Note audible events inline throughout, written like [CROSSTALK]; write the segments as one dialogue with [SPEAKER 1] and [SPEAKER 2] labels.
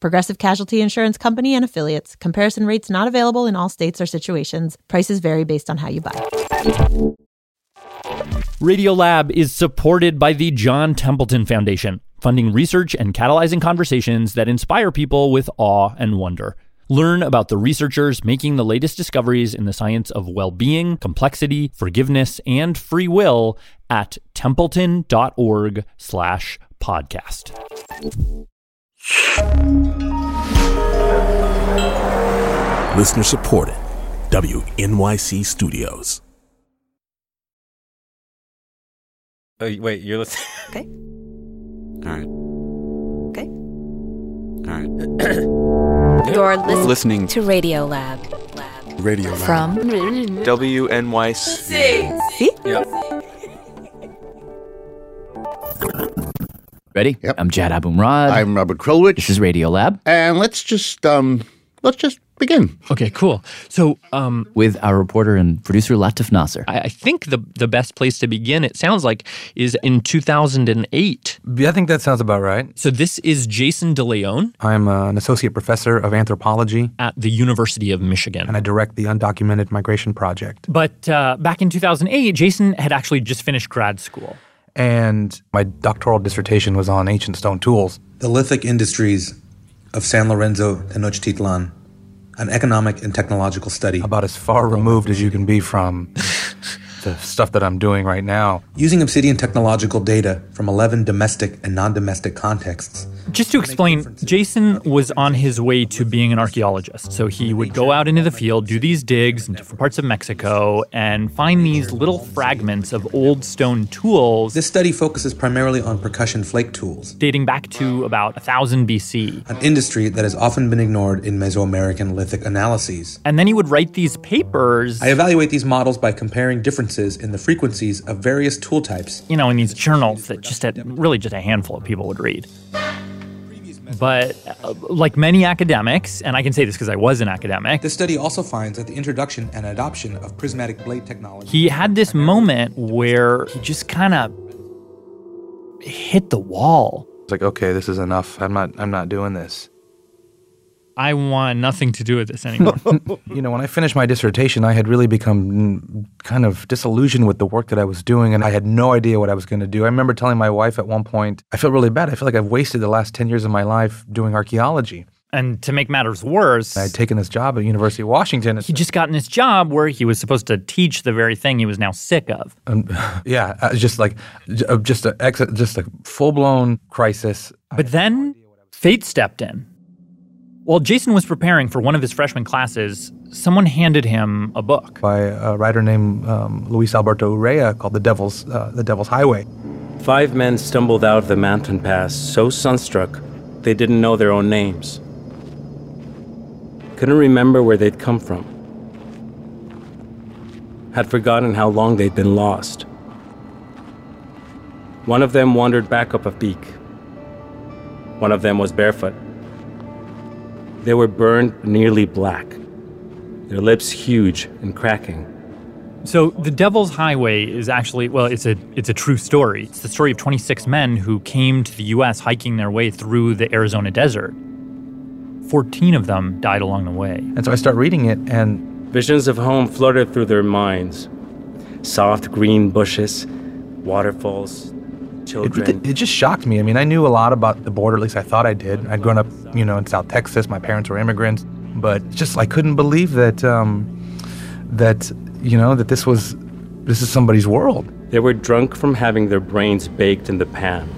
[SPEAKER 1] Progressive Casualty Insurance Company and affiliates. Comparison rates not available in all states or situations. Prices vary based on how you buy.
[SPEAKER 2] Radiolab is supported by the John Templeton Foundation, funding research and catalyzing conversations that inspire people with awe and wonder. Learn about the researchers making the latest discoveries in the science of well being, complexity, forgiveness, and free will at templeton.org slash podcast.
[SPEAKER 3] Listener supported. WNYC Studios.
[SPEAKER 4] Oh, y- wait, you're [LAUGHS] listening.
[SPEAKER 5] All right.
[SPEAKER 6] Okay.
[SPEAKER 5] All right.
[SPEAKER 6] You're listening,
[SPEAKER 5] Listening
[SPEAKER 6] to Radio Lab.
[SPEAKER 7] Radio Lab.
[SPEAKER 6] From
[SPEAKER 8] WNYC.
[SPEAKER 9] Ready?
[SPEAKER 7] Yep.
[SPEAKER 9] I'm Jad Abumrad.
[SPEAKER 7] I'm Robert Krulwich.
[SPEAKER 9] this is Radio Lab
[SPEAKER 7] and let's just um, let's just begin.
[SPEAKER 10] Okay, cool. So, um,
[SPEAKER 9] with our reporter and producer Latif Nasser.
[SPEAKER 2] I I think the, the best place to begin, it sounds like, is in 2008.
[SPEAKER 4] I think that sounds about right.
[SPEAKER 2] So this is Jason DeLeon
[SPEAKER 4] I'm uh, an associate professor of anthropology,
[SPEAKER 2] at the University of Michigan.
[SPEAKER 4] and I direct the Undocumented Migration Project.
[SPEAKER 2] But uh, back in 2008, Jason had actually just finished grad school.
[SPEAKER 4] And my doctoral dissertation was on ancient stone tools.
[SPEAKER 11] The lithic industries of San Lorenzo Tenochtitlan, an economic and technological study.
[SPEAKER 4] about as far removed as you can be
[SPEAKER 11] [LAUGHS]
[SPEAKER 4] from the stuff that I'm doing right now.
[SPEAKER 11] Using obsidian technological data from 11 domestic and non domestic contexts,
[SPEAKER 2] Just to explain, Jason was on his way to being an archaeologist. So he would go out into the field, do these digs in different parts of Mexico, and find these little fragments of old stone tools
[SPEAKER 11] this study focuses primarily on percussion flake tools,
[SPEAKER 2] dating back to about 1000 BC.
[SPEAKER 11] an industry that has often been ignored in Mesoamerican lithic analyses.
[SPEAKER 2] And then he would write these papers,
[SPEAKER 11] I evaluate these models by comparing differences in the frequencies of various tool types.
[SPEAKER 2] you know, in these journals that just a, really just a handful of people would read. But uh, like many academics, and I can say this because I was an academic,
[SPEAKER 11] This study also finds that the introduction and adoption of prismatic blade technology.
[SPEAKER 2] he had this moment where he just kind of hit the wall.
[SPEAKER 4] It's like, okay, this is enough. I'm not I'm not doing this.
[SPEAKER 2] I want nothing to do with this anymore.
[SPEAKER 4] [LAUGHS] You know, when I finished my dissertation, I had really become mm, kind of disillusioned with the work that I was doing and I had no idea what I was going to do. I remember telling my wife at one point, I feel really bad. I feel like I've wasted the last 10 years of my life doing archaeology.
[SPEAKER 2] and to make matters worse,
[SPEAKER 4] I'd taken this job at University of Washington.
[SPEAKER 2] he just got in this job where he was supposed to teach the very thing he was now sick of.
[SPEAKER 4] [LAUGHS] Yeah, uh, just like j- uh, just a ex- just a full-blown crisis.
[SPEAKER 2] But then fate stepped in. While Jason was preparing for one of his freshman classes, someone handed him a book.
[SPEAKER 4] by a writer named um, Luis Alberto Urrea called "The Devil's uh, The Devil's Highway."
[SPEAKER 5] Five men stumbled out of the mountain pass so sunstruck they didn't know their own names. Couldn't remember where they'd come from. Had forgotten how long they'd been lost. One of them wandered back up a peak. One of them was barefoot. They were burned nearly black, their lips huge and cracking.
[SPEAKER 2] So the Devil's Highway is actually well, it's a it's a true story. It's the story of 26 men who came to the U.S. hiking their way through the Arizona desert. 14 of them died along the way.
[SPEAKER 4] And so I start reading it, and
[SPEAKER 5] Visions of home flooded through their minds. Soft green bushes, waterfalls,
[SPEAKER 4] it, really-
[SPEAKER 5] children.
[SPEAKER 4] it just shocked me. I mean, I knew a lot about the border, at least I thought I did. I'd grown up, you know, in South Texas. My parents were immigrants, but just I couldn't believe that um, that you know that this was this is somebody's world.
[SPEAKER 5] They were drunk from having their brains baked in the pan.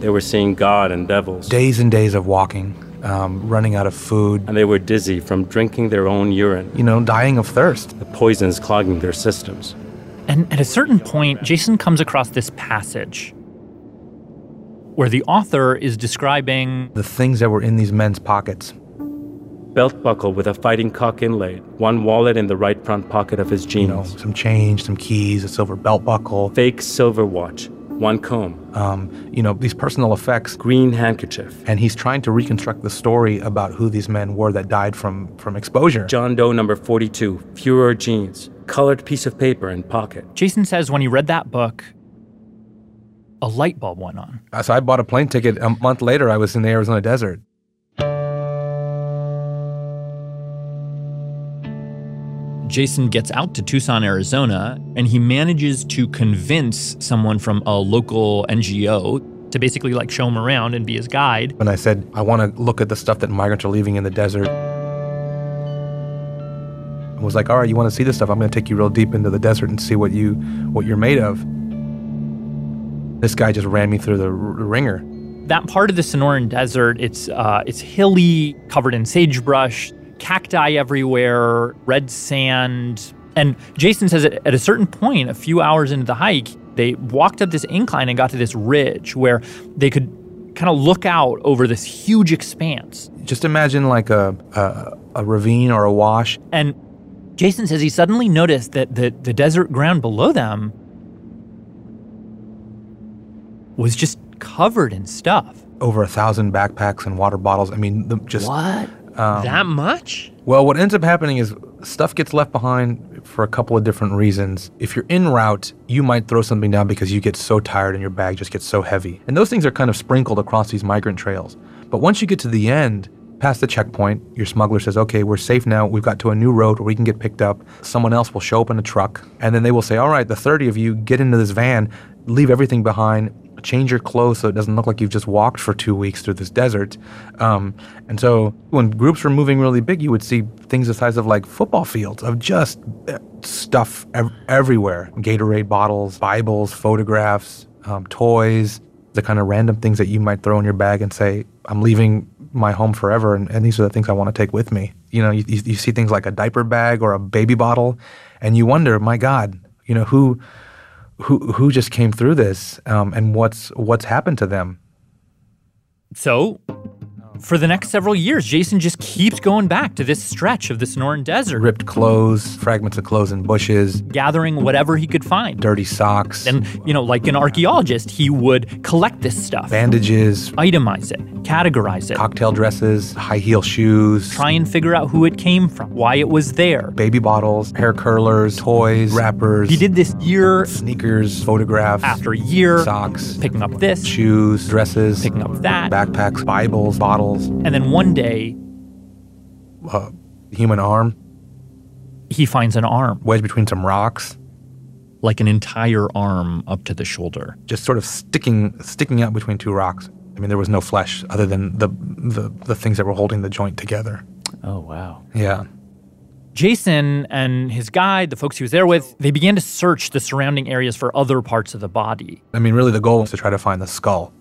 [SPEAKER 5] They were seeing God and devils,
[SPEAKER 4] Days and days of walking, um, running out of food,
[SPEAKER 5] and they were dizzy from drinking their own urine,
[SPEAKER 4] you know, dying of thirst.
[SPEAKER 5] the poisons clogging their systems.
[SPEAKER 2] And at a certain point, Jason comes across this passage where the author is describing
[SPEAKER 4] The things that were in these men's pockets.
[SPEAKER 5] belt buckle with a fighting cock inlaid, one wallet in the right front pocket of his jeans,
[SPEAKER 4] You know, some change, some keys, a silver belt buckle,
[SPEAKER 5] fake silver watch, one comb,
[SPEAKER 4] um, you know, these personal effects.
[SPEAKER 5] green handkerchief.
[SPEAKER 4] And he's trying to reconstruct the story about who these men were that died from, from exposure.
[SPEAKER 5] John Doe number 42, Fuhrer jeans, colored piece of paper in pocket.
[SPEAKER 2] Jason says when he read that book, a light bulb went on.
[SPEAKER 4] Uh, So I bought a plane ticket a month later. I was in the Arizona desert.
[SPEAKER 2] Jason gets out to Tucson, Arizona, and he manages to convince someone from a local NGO to basically like show him around and be his guide.
[SPEAKER 4] And I said, I want to look at the stuff that migrants are leaving in the desert. I was like, all right, you want to see this stuff? I'm going to take you real deep into the desert and see what you what you're made of. This guy just ran me through the r- ringer.
[SPEAKER 2] That part of the Sonoran Desert, it's uh, it's hilly, covered in sagebrush, cacti everywhere, red sand, and Jason says that at a certain point, a few hours into the hike, they walked up this incline and got to this ridge where they could kind of look out over this huge expanse.
[SPEAKER 4] Just imagine like a a, a ravine or a wash.
[SPEAKER 2] And Jason says he suddenly noticed that the, the desert ground below them was just covered in stuff.
[SPEAKER 4] Over a thousand backpacks and water bottles. I mean, the, just um,
[SPEAKER 12] What?
[SPEAKER 13] that much?
[SPEAKER 4] Well, what ends up happening is stuff gets left behind for a couple of different reasons. If you're en route, you might throw something down because you get so tired and your bag just gets so heavy. And those things are kind of sprinkled across these migrant trails. But once you get to the end, past the checkpoint, your smuggler says, okay, we're safe now. We've got to a new road where we can get picked up. Someone else will show up in a truck. And then they will say, all right, the 30 of you get into this van, leave everything behind. Change your clothes so it doesn't look like you've just walked for two weeks through this desert. Um, and so when groups were moving really big, you would see things the size of like football fields of just uh, stuff ev- everywhere Gatorade bottles, Bibles, photographs, um, toys, the kind of random things that you might throw in your bag and say, I'm leaving my home forever and, and these are the things I want to take with me. You know, you, you you see things like a diaper bag or a baby bottle and you wonder, my God, you know, who. Who, who just came through this um, and what's what's happened to them
[SPEAKER 2] So, for the next several years, Jason just keeps going back to this stretch of the Sonoran Desert,
[SPEAKER 4] ripped clothes fragments of clothes and bushes
[SPEAKER 2] gathering whatever he could find.
[SPEAKER 4] dirty socks
[SPEAKER 2] And, you know, like an archaeologist, he would collect this stuff,
[SPEAKER 4] bandages,
[SPEAKER 2] itemize it, categorize it,
[SPEAKER 4] cocktail dresses, high heel shoes,
[SPEAKER 2] try and figure out who it came from, why it was there.
[SPEAKER 4] baby bottles, hair curlers, toys, wrappers,
[SPEAKER 2] He did this year
[SPEAKER 4] sneakers, photographs,
[SPEAKER 2] after year,
[SPEAKER 4] socks,
[SPEAKER 2] picking up this,
[SPEAKER 4] shoes, dresses,
[SPEAKER 2] picking up that,
[SPEAKER 4] backpacks, Bibles, bottles,
[SPEAKER 2] and then one day
[SPEAKER 4] uh, human arm
[SPEAKER 2] he finds an arm,
[SPEAKER 4] wedged between some rocks,
[SPEAKER 2] like an entire arm up to the shoulder.
[SPEAKER 4] just sort of sticking sticking out between two rocks. I mean, there was no flesh other than the the, the things that were holding the joint together.
[SPEAKER 12] Oh, wow.
[SPEAKER 4] Yeah.
[SPEAKER 2] Jason and his guide, the folks he was there with, they began to search the surrounding areas for other parts of the body.
[SPEAKER 4] I mean, really, the goal was to try to find the skull,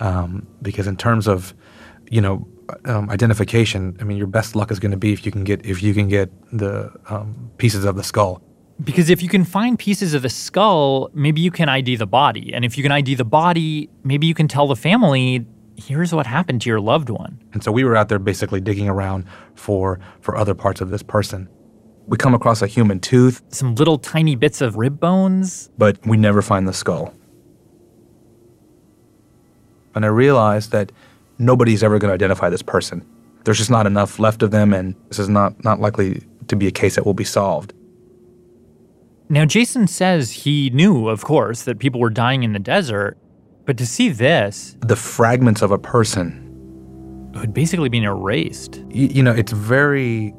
[SPEAKER 4] um, because in terms of, you know, um, identification, I mean, your best luck is going to be if you can get if you can get the um, pieces of the skull.
[SPEAKER 2] Because if you can find pieces of the skull, maybe you can ID the body. And if you can ID the body, maybe you can tell the family, here's what happened to your loved one.
[SPEAKER 4] And so we were out there basically digging around for for other parts of this person. We come across a human tooth,
[SPEAKER 2] Some little tiny bits of rib bones.
[SPEAKER 4] but we never find the skull. And I realized that nobody's ever going to identify this person. There's just not enough left of them, and this is not not likely to be a case that will be solved.
[SPEAKER 2] Now, Jason says he knew, of course, that people were dying in the desert, but to see this,
[SPEAKER 4] the fragments of a person.
[SPEAKER 2] it had basically been erased.
[SPEAKER 4] Y- You, know, it's very.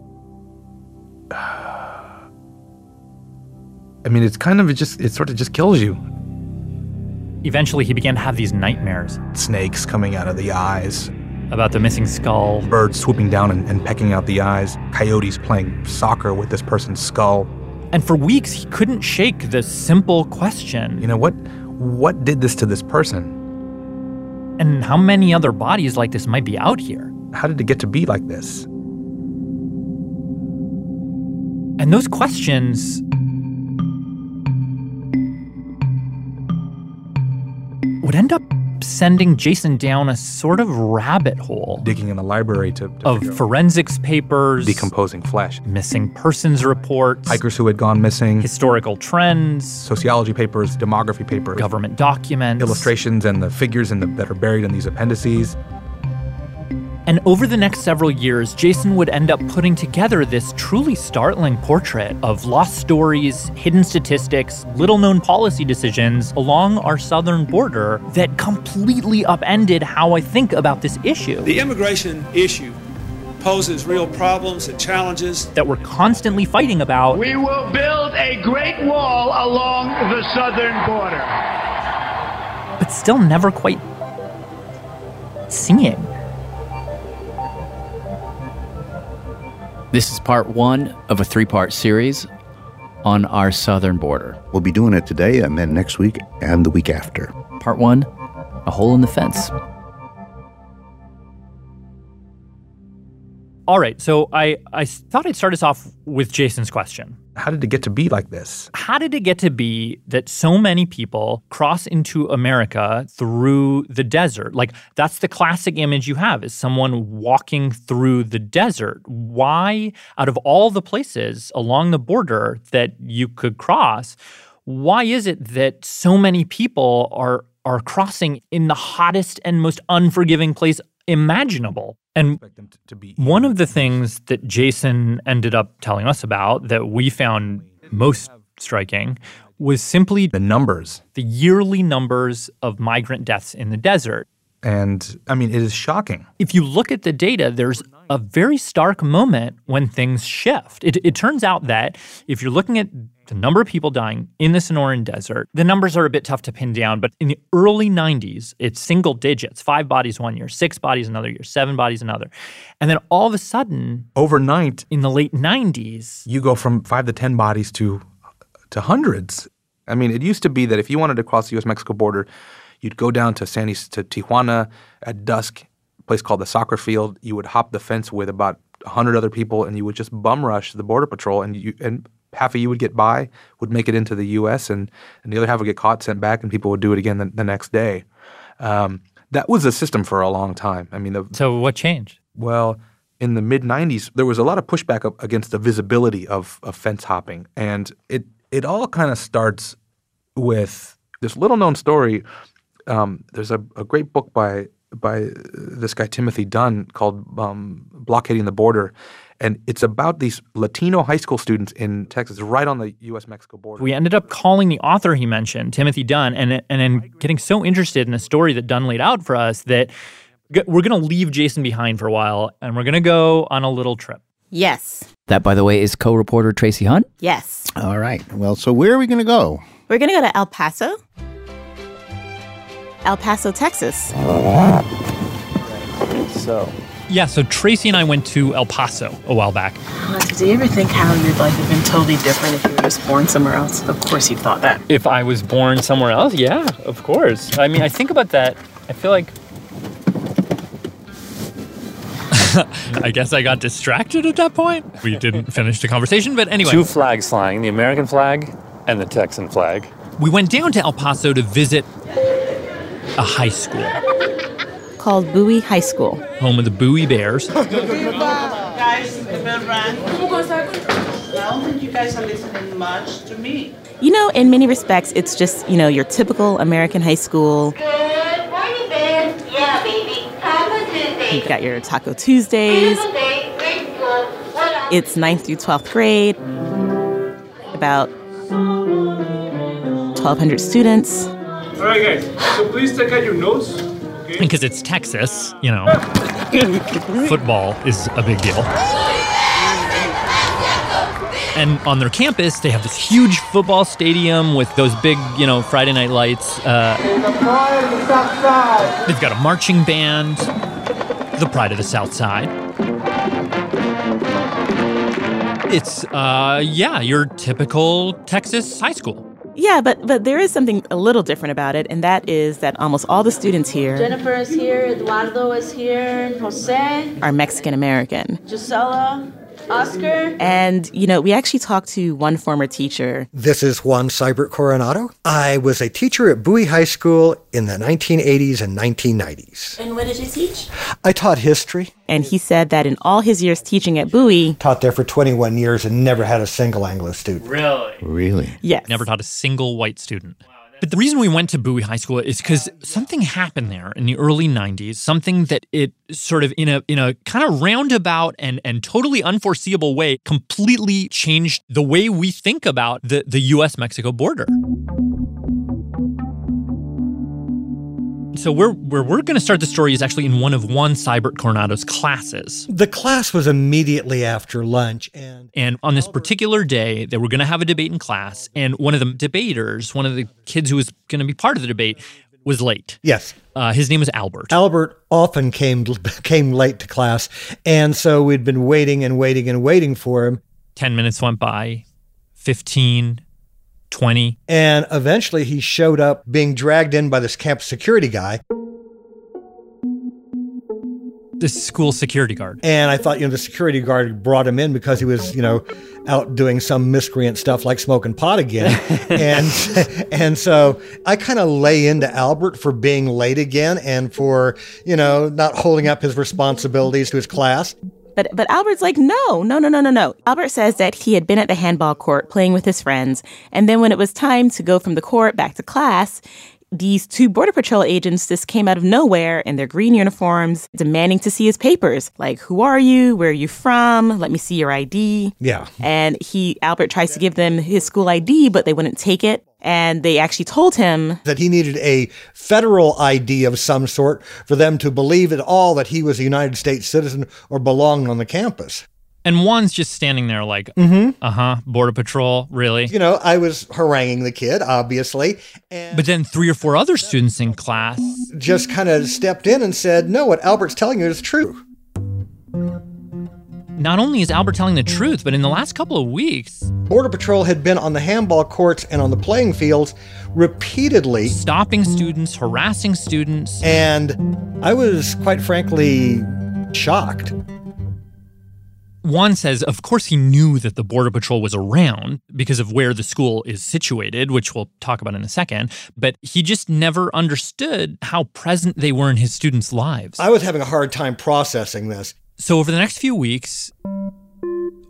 [SPEAKER 4] I mean, it's kind of it just it sort of just kills you.
[SPEAKER 2] Eventually, he began to have these nightmares
[SPEAKER 4] Snakes coming out of the eyes,
[SPEAKER 2] about the missing skull.
[SPEAKER 4] birds swooping down and, and pecking out the eyes, coyotes playing soccer with this person's skull.
[SPEAKER 2] And for weeks, he couldn't shake the simple question
[SPEAKER 4] You know what? What did this to this person?
[SPEAKER 2] and how many other bodies like this might be out here?
[SPEAKER 4] How did it get to be like this?
[SPEAKER 2] And those questions would end up sending Jason down a sort of rabbit hole
[SPEAKER 4] digging in the library to, to
[SPEAKER 2] of forensics papers,
[SPEAKER 4] decomposing flesh.
[SPEAKER 2] missing persons reports,
[SPEAKER 4] Hikers who had gone missing,
[SPEAKER 2] historical trends,
[SPEAKER 4] sociology papers, demography papers,
[SPEAKER 2] government documents,
[SPEAKER 4] illustrations, and the figures in the, that are buried in these appendices.
[SPEAKER 2] And over the next several years, Jason would end up putting together this truly startling portrait of lost stories, hidden statistics, little known policy decisions along our southern border that completely upended how I think about this issue.
[SPEAKER 14] The immigration issue poses real problems and challenges.
[SPEAKER 2] That we're constantly fighting about,
[SPEAKER 3] We will build a great wall along the southern border.
[SPEAKER 2] but still never quite seeing.
[SPEAKER 9] This is part one of a three part series on our southern border.
[SPEAKER 15] We'll be doing it today and then next week and the week after.
[SPEAKER 9] Part one A Hole in the Fence.
[SPEAKER 2] All right, so I, I thought I'd start us off with Jason's question.
[SPEAKER 4] How did it get to be like this?
[SPEAKER 2] how did it get to be that so many people cross into America through the desert? Like that's the classic image you have is someone walking through the desert. Why out of all the places along the border that you could cross, why is it that so many people are are crossing in the hottest and most unforgiving place imaginable? And
[SPEAKER 4] Expect them to, to be
[SPEAKER 2] one of the things that Jason ended up telling us about that we found most striking was simply
[SPEAKER 4] the numbers.
[SPEAKER 2] the yearly numbers of migrant deaths in the desert.
[SPEAKER 4] And I mean, it is shocking.
[SPEAKER 2] If you look at the data, there's a very stark moment when things shift. It, it turns out that if you're looking at the number of people dying in the Sonoran Desert, the numbers are a bit tough to pin down, but in the early 90s, it's single digits five bodies one year, six bodies another year, seven bodies another. And then all of a sudden,
[SPEAKER 4] Overnight,
[SPEAKER 2] in the late 90s,
[SPEAKER 4] you go from five to 10 bodies to, to hundreds. I mean, it used to be that if you wanted to cross the US Mexico border, you'd go down to San Is- to Tijuana at dusk, a place called the soccer field. You would hop the fence with about 100 other people and you would just bum rush the border patrol and you and half of you would get by, would make it into the US and, and the other half would get caught, sent back and people would do it again the, the next day. Um, that was a system for a long time. I mean, the,
[SPEAKER 2] So what changed?
[SPEAKER 4] Well, in the mid 90s, there was a lot of pushback up against the visibility of, of fence hopping. And it, it all kind of starts with this little known story. Um, there's a, a great book by, by uh, this guy, Timothy Dunn, called um, Blockading the Border. And it's about these Latino high school students in Texas, right on the US Mexico border.
[SPEAKER 2] We ended up calling the author he mentioned, Timothy Dunn, and and then getting so interested in the story that Dunn laid out for us that g- we're going to leave Jason behind for a while and we're going to go on a little trip.
[SPEAKER 16] Yes.
[SPEAKER 9] That, by the way, is co reporter Tracy Hunt.
[SPEAKER 16] Yes.
[SPEAKER 15] All right. Well, so where are we going to go?
[SPEAKER 16] We're going to go to El Paso. El Paso, Texas.
[SPEAKER 2] Yeah, so Tracy and I went to El Paso a while back.
[SPEAKER 17] Do you ever think how your life would have been totally different if you were just born somewhere else? Of course you thought that.
[SPEAKER 2] If I was born somewhere else, yeah, of course. I mean, I think about that. I feel like [LAUGHS] I guess I got distracted at that point. We didn't finish the conversation, but anyway.
[SPEAKER 18] Two flags flying the American flag and the Texan flag.
[SPEAKER 2] We went down to El Paso to visit a high school,
[SPEAKER 16] Called Bowie High School.
[SPEAKER 2] home of the Bowie Bears.
[SPEAKER 17] Guys, the bell rang. I don't think you guys are listening much to me.
[SPEAKER 16] You know, in many respects, it's just, you know, your typical American high school.
[SPEAKER 3] Good. Where you been? Yeah, baby. Taco Tuesday.
[SPEAKER 16] You've got your Taco Tuesdays.
[SPEAKER 3] Tuesday. Great school. What up?
[SPEAKER 16] It's 9th through 12th grade, about 1,200 students.
[SPEAKER 14] All right, guys. So please take out your notes.
[SPEAKER 2] Because it's Texas, you know, football is a big deal. And on their campus, they have this huge football stadium with those big, you know, Friday night lights. Uh, they've got a marching band, the Pride of the South Side. It's, uh, yeah, your typical Texas high school.
[SPEAKER 16] Yeah, but but there is something a little different about it, and that is that almost all the students here
[SPEAKER 17] Jennifer is here, Eduardo is here, Jose,
[SPEAKER 16] are Mexican American.
[SPEAKER 17] Gisela,
[SPEAKER 19] Oscar?
[SPEAKER 16] And, you know, we actually talked to one former teacher.
[SPEAKER 20] This is Juan Seibert Coronado. I was a teacher at Bowie High School in the 1980s and 1990s.
[SPEAKER 19] And what did you teach?
[SPEAKER 20] I taught history.
[SPEAKER 16] And he said that in all his years teaching at Bowie,
[SPEAKER 20] taught there for 21 years and never had a single Anglo student.
[SPEAKER 2] Really?
[SPEAKER 21] Really?
[SPEAKER 16] Yes.
[SPEAKER 2] Never taught a single white student. But the reason we went to Bowie High School is because something happened there in the early '90s. Something that it sort of in a in a kind of roundabout and and totally unforeseeable way completely changed the way we think about the the U.S. Mexico border. So where where we're going to start the story is actually in one of Juan Seibert Coronado's classes.
[SPEAKER 20] The class was immediately after lunch, and
[SPEAKER 2] and on this particular day, they were going to have a debate in class, and one of the debaters, one of the kids who was going to be part of the debate, was late.
[SPEAKER 20] Yes.
[SPEAKER 2] Uh, his name was Albert.
[SPEAKER 20] Albert often came [LAUGHS] came late to class, and so we'd been waiting and waiting and waiting for him.
[SPEAKER 2] Ten minutes went by, fifteen. 20.
[SPEAKER 20] And eventually he showed up being dragged in by this campus security guy.
[SPEAKER 2] The school security guard.
[SPEAKER 20] And I thought, you know, the security guard brought him in because he was, you know, out doing some miscreant stuff like smoking pot again. and and so I kind of lay into Albert for being late again and for, you know, not holding up his responsibilities to his class.
[SPEAKER 16] But but Albert's like, no, no, no, no, no, no. Albert says that he had been at the handball court playing with his friends, and then when it was time to go from the court back to class, these two border patrol agents just came out of nowhere in their green uniforms, demanding to see his papers. Like, who are you? Where are you from? Let me see your ID.
[SPEAKER 20] Yeah.
[SPEAKER 16] And he Albert tries to give them his school ID, but they wouldn't take it. And they actually told him
[SPEAKER 20] that he needed a federal ID of some sort for them to believe at all that he was a United States citizen or belonged on the campus.
[SPEAKER 2] And Juan's just standing there like,
[SPEAKER 20] Mhm.
[SPEAKER 2] uh huh, Border Patrol, really?
[SPEAKER 20] You know, I was haranguing the kid, obviously, and
[SPEAKER 2] But then three or four other students in class.
[SPEAKER 20] just kind of stepped in and said, No, what Albert's telling you is true.
[SPEAKER 2] Not only is Albert telling the truth, but in the last couple of weeks,
[SPEAKER 20] Border Patrol had been on the handball courts and on the playing fields repeatedly,
[SPEAKER 2] stopping students, harassing students.
[SPEAKER 20] and I was quite frankly shocked.
[SPEAKER 2] Juan says, of course, he knew that the Border Patrol was around because of where the school is situated, which we'll talk about in a second, but he just never understood how present they were in his students' lives.
[SPEAKER 20] I was having a hard time processing this.
[SPEAKER 2] So, over the next few weeks,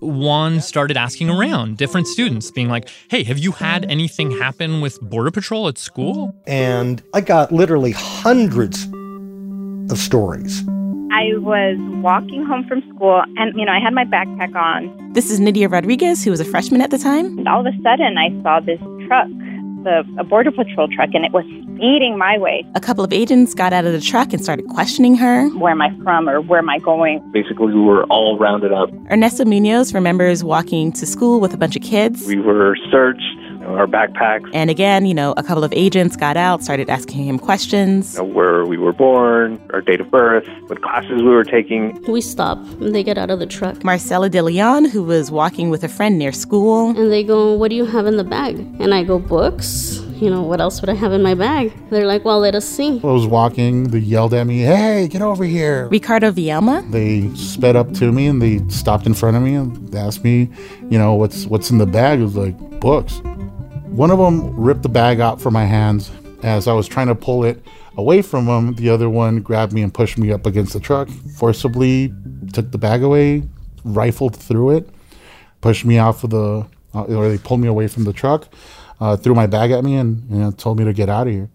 [SPEAKER 2] Juan started asking around different students, being like, hey, have you had anything happen with Border Patrol at school?
[SPEAKER 20] And I got literally hundreds of stories.
[SPEAKER 22] I was walking home from school and, you know, I had my backpack on.
[SPEAKER 16] This is Nydia Rodriguez, who was a freshman at the time.
[SPEAKER 22] And all of a sudden, I saw this truck, the, a Border Patrol truck, and it was speeding my way.
[SPEAKER 16] A couple of agents got out of the truck and started questioning her.
[SPEAKER 22] Where am I from or where am I going?
[SPEAKER 23] Basically, we were all rounded up.
[SPEAKER 16] Ernesto Munoz remembers walking to school with a bunch of kids.
[SPEAKER 23] We were searched, you know, our backpacks,
[SPEAKER 16] And again, you know, a couple of agents got out, started asking him questions.
[SPEAKER 23] you know, where we were born, our date of birth, what classes we were taking.
[SPEAKER 24] We stop and they get out of the truck.
[SPEAKER 16] Marcela De Leon, who was walking with a friend near school.
[SPEAKER 24] And they go, What do you have in the bag? And I go, Books. You know, what else would I have in my bag? They're like, Well, let us see.
[SPEAKER 25] I was walking. They yelled at me, "Hey, get over here!"
[SPEAKER 16] Ricardo Vielma.
[SPEAKER 25] They sped up to me and they stopped in front of me and asked me, you know, what's what's in the bag? It was like books. One of them ripped the bag out from my hands as I was trying to pull it away from them. The other one grabbed me and pushed me up against the truck, forcibly took the bag away, rifled through it, pushed me off of the, uh, or they pulled me away from the truck, uh, threw my bag at me and you know, told me to get out of here.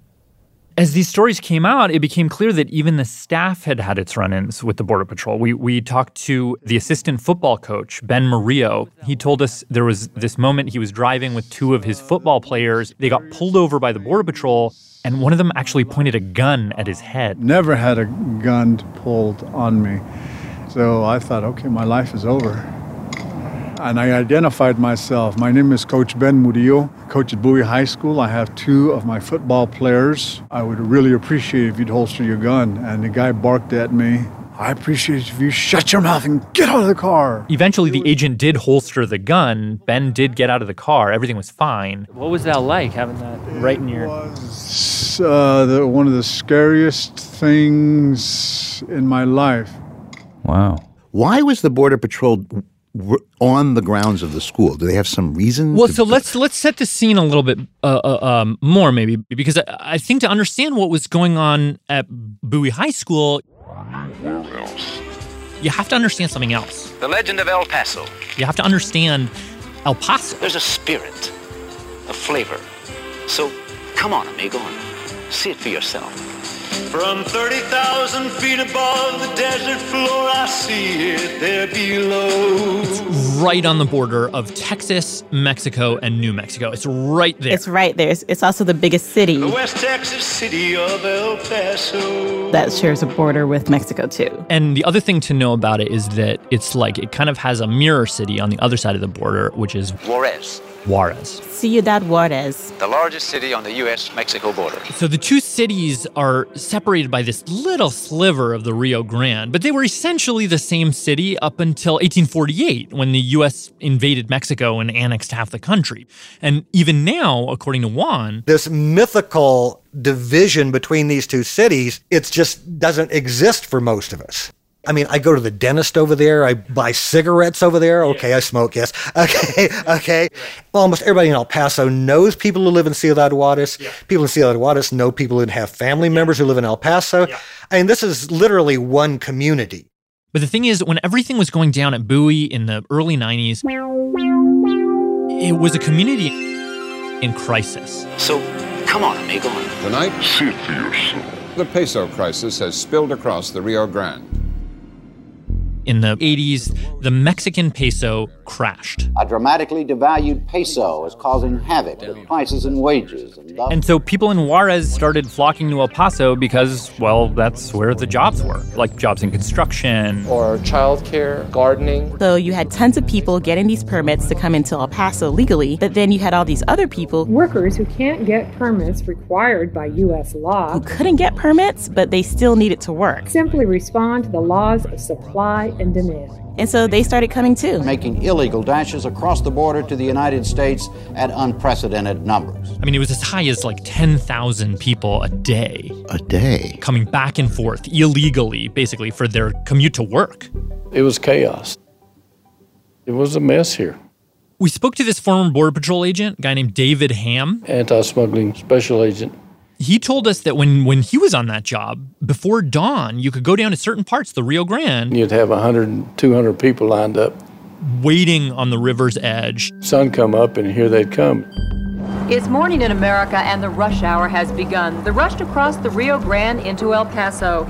[SPEAKER 2] As these stories came out, it became clear that even the staff had had its run ins with the Border Patrol. We, we talked to the assistant football coach, Ben Murillo. He told us there was this moment he was driving with two of his football players. They got pulled over by the Border Patrol, and one of them actually pointed a gun at his head.
[SPEAKER 26] Never had a gun pulled on me. So I thought, okay, my life is over. And I identified myself. My name is Coach Ben Murillo, coach at Bowie High School. I have two of my football players. I would really appreciate if you'd holster your gun. And the guy barked at me, I appreciate if you shut your mouth and get out of the car.
[SPEAKER 2] Eventually, the agent did holster the gun. Ben did get out of the car. Everything was fine.
[SPEAKER 17] What was that like having that right in your?
[SPEAKER 26] It's uh, the, one of the scariest things in my life.
[SPEAKER 21] Wow. Why was the Border Patrol were on the grounds of the school? Do they have some reason?
[SPEAKER 2] Well,
[SPEAKER 21] to-
[SPEAKER 2] so let's let's set the scene a little bit uh, uh, um, more, maybe, because I, I think to understand what was going on at Bowie High School, you have to understand something else.
[SPEAKER 27] The legend of El Paso.
[SPEAKER 2] You have to understand El Paso.
[SPEAKER 27] There's a spirit, a flavor. So come on, amigo, and see it for yourself.
[SPEAKER 6] From 30,000 feet above the desert floor, I see it there below.
[SPEAKER 2] Right on the border of Texas, Mexico, and New Mexico. It's right there.
[SPEAKER 16] It's right there. It's, it's also the biggest city
[SPEAKER 6] The West Texas city of El Paso.
[SPEAKER 16] that shares a border with Mexico too.
[SPEAKER 2] And the other thing to know about it is that it's like it kind of has a mirror city on the other side of the border, which is
[SPEAKER 27] Juarez,
[SPEAKER 2] Juarez.
[SPEAKER 16] Ciudad Juarez.
[SPEAKER 27] the largest city on the U.S. Mexico border.
[SPEAKER 2] So the two cities are separated by this little sliver of the Rio Grande, but they were essentially the same city up until 1848 when the US invaded Mexico and annexed half the country. And even now, according to Juan,
[SPEAKER 20] This mythical division between these two cities, it just doesn't exist for most of us. I mean, I go to the dentist over there. I buy cigarettes over there. Okay, I smoke, yes. [LAUGHS] Okay, okay. Well, almost everybody in El Paso knows people who live in Ciudad Juarez. People in Ciudad Juarez know people who have family members who live in El Paso. I mean, this is literally one community.
[SPEAKER 2] but the thing is when everything was going down at Bowie in the early 90s, it was a community in crisis.
[SPEAKER 27] So come on, amigo, and
[SPEAKER 28] Tonight, see it for yourself. The peso crisis has spilled across the Rio Grande.
[SPEAKER 2] In the 80s, the Mexican peso crashed.
[SPEAKER 29] A dramatically devalued peso is causing havoc with prices and wages. And thus-
[SPEAKER 2] And so people in Juarez started flocking to El Paso because, well, that's where the jobs were, like jobs in construction.
[SPEAKER 18] Or childcare, gardening.
[SPEAKER 16] So you had tons of people getting these permits to come into El Paso legally, but then you had all these other people
[SPEAKER 30] Workers who can't get permits required by U.S. law
[SPEAKER 16] who couldn't get permits, but they still needed to work.
[SPEAKER 30] simply respond to the laws of supply and demand.
[SPEAKER 16] And so they started coming too.
[SPEAKER 29] Making illegal dashes across the border to the United States at unprecedented numbers.
[SPEAKER 2] I mean, it was as high as like 10,000 people a day
[SPEAKER 21] a day
[SPEAKER 2] coming back and forth illegally, basically, for their commute to work.
[SPEAKER 18] It was chaos. It was a mess here.
[SPEAKER 2] We spoke to this former Border Patrol agent, a guy named David Ham.
[SPEAKER 18] Anti smuggling special agent.
[SPEAKER 2] He told us that when, when he was on that job, before dawn, you could go down to certain parts of the Rio Grande
[SPEAKER 18] You'd have 100, 200 people lined up.
[SPEAKER 2] waiting on the river's edge.
[SPEAKER 18] Sun come up, and here they'd come.
[SPEAKER 31] It's morning in America, and the rush hour has begun. The rush to cross the Rio Grande into El Paso.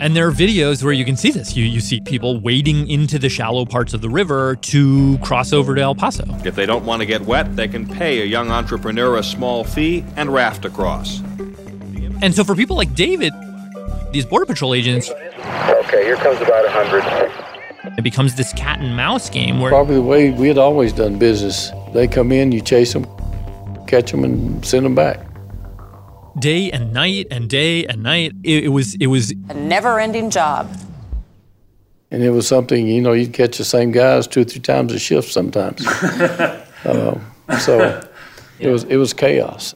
[SPEAKER 2] And there are videos where you can see this. You, you see people wading into the shallow parts of the river to cross over to El Paso.
[SPEAKER 3] If they don't want to get wet, they can pay a young entrepreneur a small fee and raft across.
[SPEAKER 2] And so for people like David, these Border Patrol agents,
[SPEAKER 18] Okay, here comes about 100.
[SPEAKER 2] it becomes this cat and mouse game where
[SPEAKER 18] Probably the way we had always done business. They come in, you chase them, catch them, and send them back.
[SPEAKER 2] day and night and day and night, it, it was, it was,
[SPEAKER 13] A never ending job.
[SPEAKER 18] And it was something, you know, you'd catch the same guys two or three times a shift sometimes. um, so it, was, it was chaos.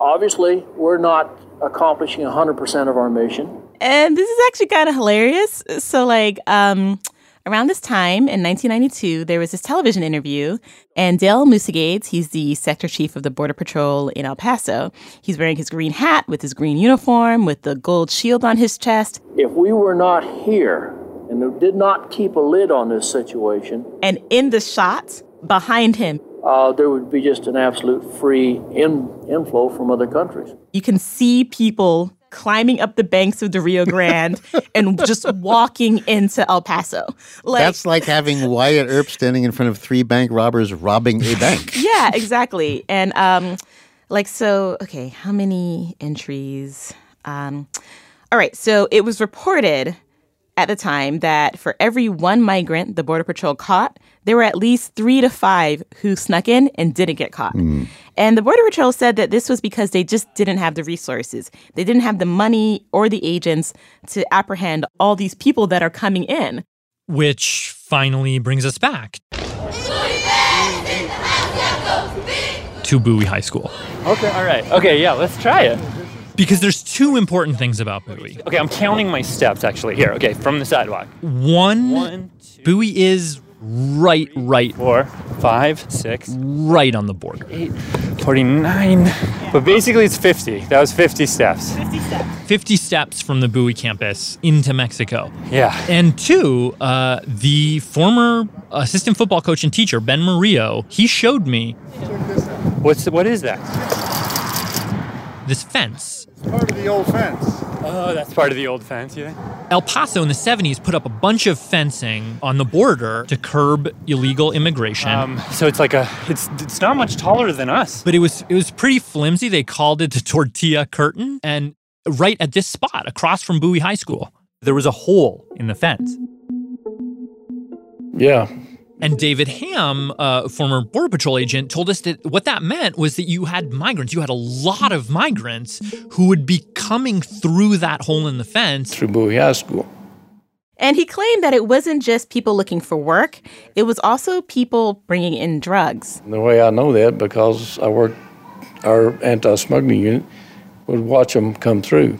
[SPEAKER 13] Obviously, we're not accomplishing 100% of our mission.
[SPEAKER 16] And this is actually kind of hilarious. So, like, um, around this time in 1992, there was this television interview, and Dale Musagades, he's the sector chief of the Border Patrol in El Paso. He's wearing his green hat with his green uniform with the gold shield on his chest.
[SPEAKER 13] If we were not here and did not keep a lid on this situation,
[SPEAKER 16] And in the shot behind him,
[SPEAKER 13] uh, there would be just an absolute free in, inflow from other countries.
[SPEAKER 16] you can see people climbing up the banks of the Rio Grande and just walking into El Paso. Like,
[SPEAKER 21] That's like having Wyatt Earp standing in front of three bank robbers robbing a
[SPEAKER 16] [LAUGHS]
[SPEAKER 21] bank.
[SPEAKER 16] yeah, exactly. And um, like so, okay, how many entries? Um, all right, so it was reported at the time that for every one migrant the Border Patrol caught, there were at least three to five who snuck in and didn't get caught.
[SPEAKER 1] Mm.
[SPEAKER 16] And the Border Patrol said that this was because they just didn't have the resources. They didn't have the money or the agents to apprehend all these people that are coming in.
[SPEAKER 2] which finally brings us back to Bowie High School.
[SPEAKER 17] Okay. All right. Okay. Yeah. Let's try it.
[SPEAKER 2] Because there's two important things about Bowie.
[SPEAKER 17] Okay. I'm counting my steps actually here. Okay. From the sidewalk.
[SPEAKER 2] One, Bowie is right, right. Four, five, six. Right on the border.
[SPEAKER 17] Eight, 49. But basically, it's 50. That was 50 steps.
[SPEAKER 2] 50 steps from the Bowie campus into Mexico.
[SPEAKER 17] Yeah.
[SPEAKER 2] And two, uh, the former assistant football coach and teacher, Ben Murillo, he showed me.
[SPEAKER 17] What's What is that?
[SPEAKER 2] This fence.
[SPEAKER 26] Part of the old fence.
[SPEAKER 17] Oh, that's part of the old fence, you think?
[SPEAKER 2] El Paso in the 70s put up a bunch of fencing on the border to curb illegal immigration.
[SPEAKER 17] Um, so it's like a, it's, it's not much taller than us.
[SPEAKER 2] But it was it was pretty flimsy. They called it the tortilla curtain, and right at this spot, across from Bowie High School, there was a hole in the fence.
[SPEAKER 18] Yeah.
[SPEAKER 2] And David Ham, uh, former Border Patrol agent, told us that what that meant was that you had migrants. You had a lot of migrants who would be coming through that hole in the fence.
[SPEAKER 18] Through Bowie High School.
[SPEAKER 16] And he claimed that it wasn't just people looking for work, it was also people bringing in drugs.
[SPEAKER 18] And the way I know that because I worked our anti-smuggling unit would watch them come through.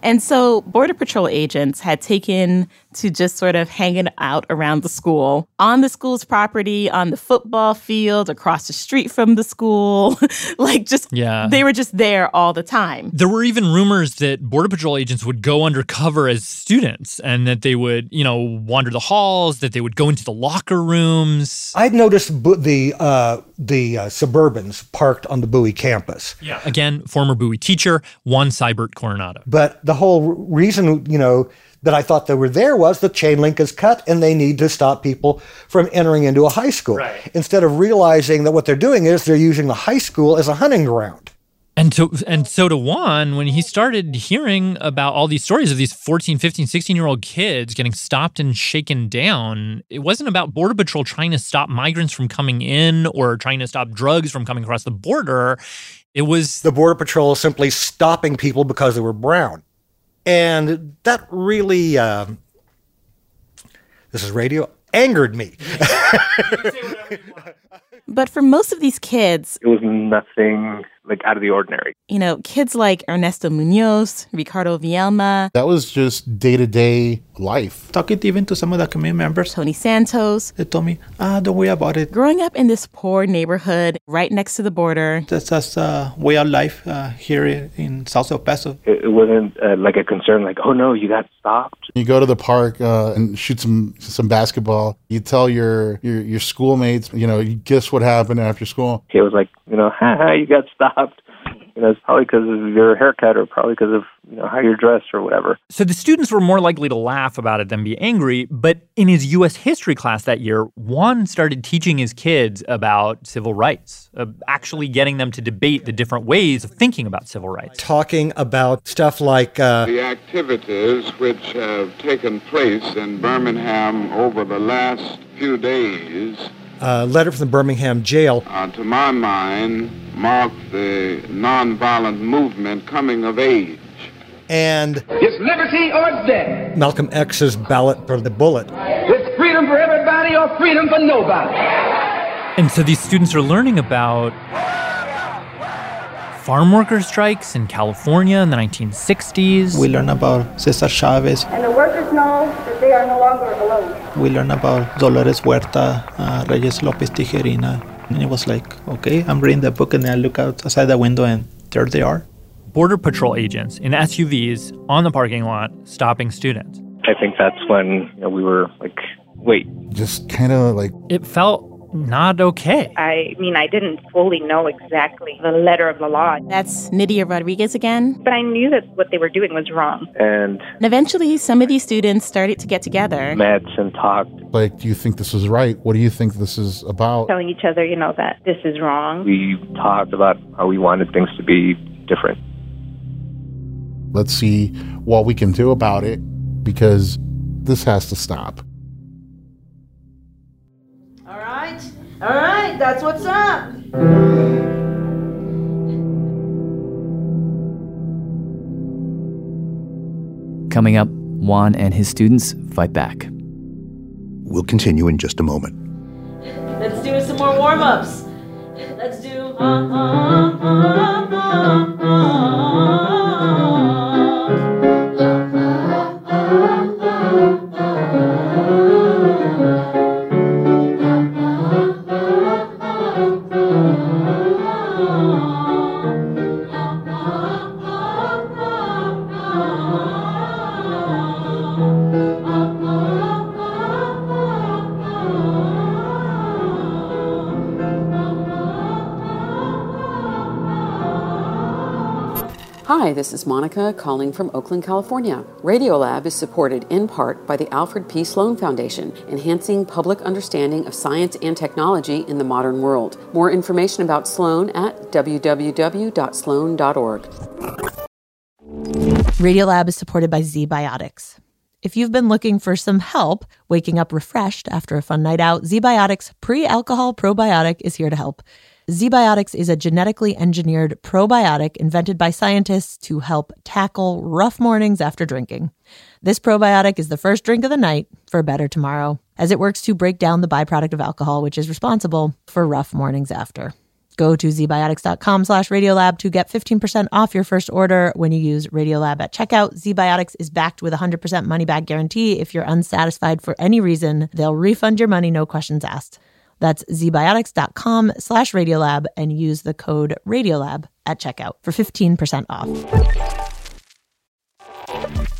[SPEAKER 16] And so Border Patrol agents had taken to just sort of hanging out around the school, on the school's property, on the football field, across the street from the school. [LAUGHS] like just,
[SPEAKER 2] Yeah.
[SPEAKER 16] they were just there all the time.
[SPEAKER 2] There were even rumors that Border Patrol agents would go undercover as students and that they would, you know, wander the halls, that they would go into the locker rooms.
[SPEAKER 20] I'd noticed bu- the uh, the uh, Suburbans parked on the Bowie campus.
[SPEAKER 2] Yeah. Again, former Bowie teacher, Juan Seibert Coronado.
[SPEAKER 20] But the whole r- reason, you know, that I thought they were there was the chain link is cut and they need to stop people from entering into a high school. Instead of realizing that what they're doing is they're using the high school as a hunting ground.
[SPEAKER 2] And to and so to Juan, when he started hearing about all these stories of these 14, 15, 16 year old kids getting stopped and shaken down, it wasn't about Border Patrol trying to stop migrants from coming in or trying to stop drugs from coming across the border. It was
[SPEAKER 20] the Border Patrol simply stopping people because they were brown. And that really, um, this is radio, angered me. [LAUGHS]
[SPEAKER 16] But for most of these kids,
[SPEAKER 23] It was nothing like out of the ordinary.
[SPEAKER 16] you know, kids like Ernesto Munoz, Ricardo Vielma,
[SPEAKER 25] That was just day to day life.
[SPEAKER 32] Talk it even to some of the community members.
[SPEAKER 16] Tony Santos.
[SPEAKER 32] They told me, ah, don't worry about it.
[SPEAKER 16] Growing up in this poor neighborhood right next to the border,
[SPEAKER 32] That's just a way of life uh, here in- in South El Paso.
[SPEAKER 23] It, it wasn't uh, like a concern, like, oh no, you got stopped.
[SPEAKER 25] You go to the park uh, and shoot some some basketball. You tell your your, your schoolmates, you know, you guess what happened after school.
[SPEAKER 23] It was like, you know, [LAUGHS] haha, you got stopped. You know, it's probably because of your haircut or probably because of you know how you're dressed or whatever.
[SPEAKER 2] So the students were more likely to laugh about it than be angry. But in his U.S. history class that year, Juan started teaching his kids about civil rights, uh, actually getting them to debate the different ways of thinking about civil rights.
[SPEAKER 20] Talking about stuff like uh,
[SPEAKER 8] the activities which have taken place in Birmingham over the last few days,
[SPEAKER 20] uh, letter from the Birmingham jail.
[SPEAKER 8] uh, to my mind, mark the nonviolent movement coming of age.
[SPEAKER 20] And
[SPEAKER 33] It's liberty or death.
[SPEAKER 20] Malcolm X's ballot for the bullet.
[SPEAKER 33] It's freedom for everybody or freedom for nobody.
[SPEAKER 2] And so these students are learning about farm worker strikes in California in the 1960s.
[SPEAKER 32] We learn about Cesar Chavez.
[SPEAKER 4] And the workers know that they are no longer alone.
[SPEAKER 32] We learn about Dolores Huerta, uh, Reyes Lopez Tijerina. And it was like, okay, I'm reading the book and then I look outside the window and there they are.
[SPEAKER 2] Border Patrol agents in SUVs on the parking lot stopping students.
[SPEAKER 23] I think that's when you know, we were like, wait,
[SPEAKER 25] Just kind of like
[SPEAKER 2] It felt not okay.
[SPEAKER 22] I mean, I didn't fully know exactly the letter of the law.
[SPEAKER 16] That's Nidia Rodriguez again.
[SPEAKER 22] But I knew that what they were doing was wrong.
[SPEAKER 23] and
[SPEAKER 16] And eventually, some of these students started to get together.
[SPEAKER 23] met and talked.
[SPEAKER 25] like, do you think this is right? What do you think this is about?
[SPEAKER 22] Telling each other, you know, that this is wrong.
[SPEAKER 23] We talked about how we wanted things to be different.
[SPEAKER 25] Let's see what we can do about it because this has to stop.
[SPEAKER 19] All right, all right, that's what's up.
[SPEAKER 5] Coming up, Juan and his students fight back.
[SPEAKER 33] We'll continue in just a moment.
[SPEAKER 19] Let's do some more warm ups. Let's do.
[SPEAKER 34] Hi, this is Monica calling from Oakland, California. Radiolab is supported in part by the Alfred P. Sloan Foundation, enhancing public understanding of science and technology in the modern world. More information about Sloan at www.sloan.org.
[SPEAKER 1] Radiolab is supported by Z Biotics. If you've been looking for some help waking up refreshed after a fun night out, ZBiotics pre-alcohol probiotic is here to help. ZBiotics is a genetically engineered probiotic invented by scientists to help tackle rough mornings after drinking. This probiotic is the first drink of the night for a better tomorrow, as it works to break down the byproduct of alcohol, which is responsible for rough mornings after. Go to zbiotics.com slash radiolab to get 15% off your first order when you use Radiolab at checkout. Zbiotics is backed with a 100% money back guarantee. If you're unsatisfied for any reason, they'll refund your money, no questions asked. That's zbiotics.com slash radiolab and use the code radiolab at checkout for 15% off.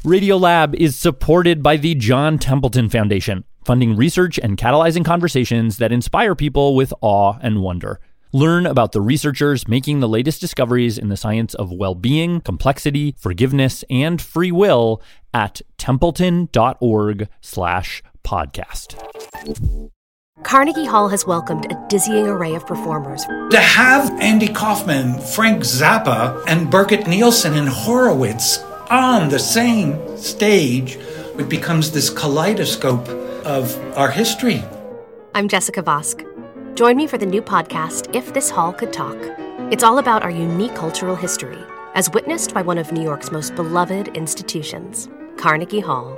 [SPEAKER 11] Radiolab is supported by the John Templeton Foundation, funding research and catalyzing conversations that inspire people with awe and wonder. Learn about the researchers making the latest discoveries in the science of well being, complexity, forgiveness, and free will at templeton.org slash podcast.
[SPEAKER 6] Carnegie Hall has welcomed a dizzying array of performers.
[SPEAKER 24] To have Andy Kaufman, Frank Zappa, and Birgit Nielsen and Horowitz on the same stage, it becomes this kaleidoscope of our history.
[SPEAKER 6] I'm Jessica Vosk. Join me for the new podcast, If This Hall Could Talk. It's all about our unique cultural history, as witnessed by one of New York's most beloved institutions, Carnegie Hall.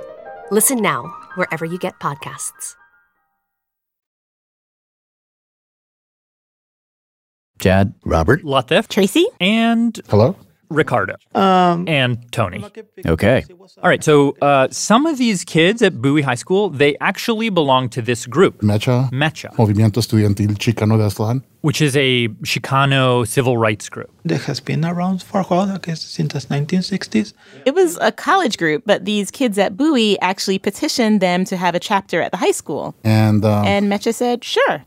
[SPEAKER 6] Listen now, wherever you get podcasts.
[SPEAKER 5] Jad,
[SPEAKER 21] Robert,
[SPEAKER 2] Latif,
[SPEAKER 16] Tracy,
[SPEAKER 2] and
[SPEAKER 21] hello,
[SPEAKER 2] Ricardo,
[SPEAKER 32] um,
[SPEAKER 2] and Tony.
[SPEAKER 5] Okay.
[SPEAKER 2] All right. So uh, some of these kids at Bowie High School they actually belong to this group,
[SPEAKER 25] Mecha,
[SPEAKER 2] Mecha,
[SPEAKER 25] Movimiento Estudiantil Chicano de Aztlán.
[SPEAKER 2] which is a Chicano civil rights group.
[SPEAKER 32] That has been around for a while, I guess, since the 1960s.
[SPEAKER 16] It was a college group, but these kids at Bowie actually petitioned them to have a chapter at the high school.
[SPEAKER 25] And um,
[SPEAKER 16] And Mecha said, sure.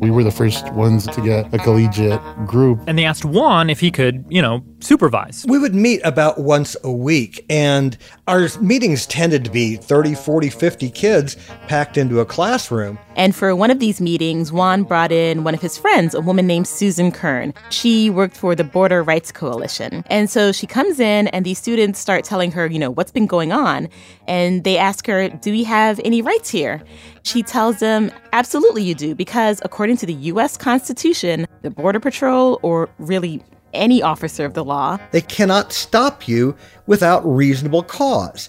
[SPEAKER 25] we were the first ones to get a collegiate group.
[SPEAKER 2] And they asked Juan if he could, you know, supervise.
[SPEAKER 20] We would meet about once a week, and our meetings tended to be 30, 40, 50 kids packed into a classroom.
[SPEAKER 16] And for one of these meetings, Juan brought in one of his friends, a woman named Susan Kern. She worked for the Border Rights Coalition. And so she comes in, and these students start telling her, you know, what's been going on. And they ask her, Do we have any rights here? She tells them, Absolutely, you do, because according to the U.S. Constitution, the Border Patrol, or really any officer of the law,
[SPEAKER 20] They cannot stop you without reasonable cause.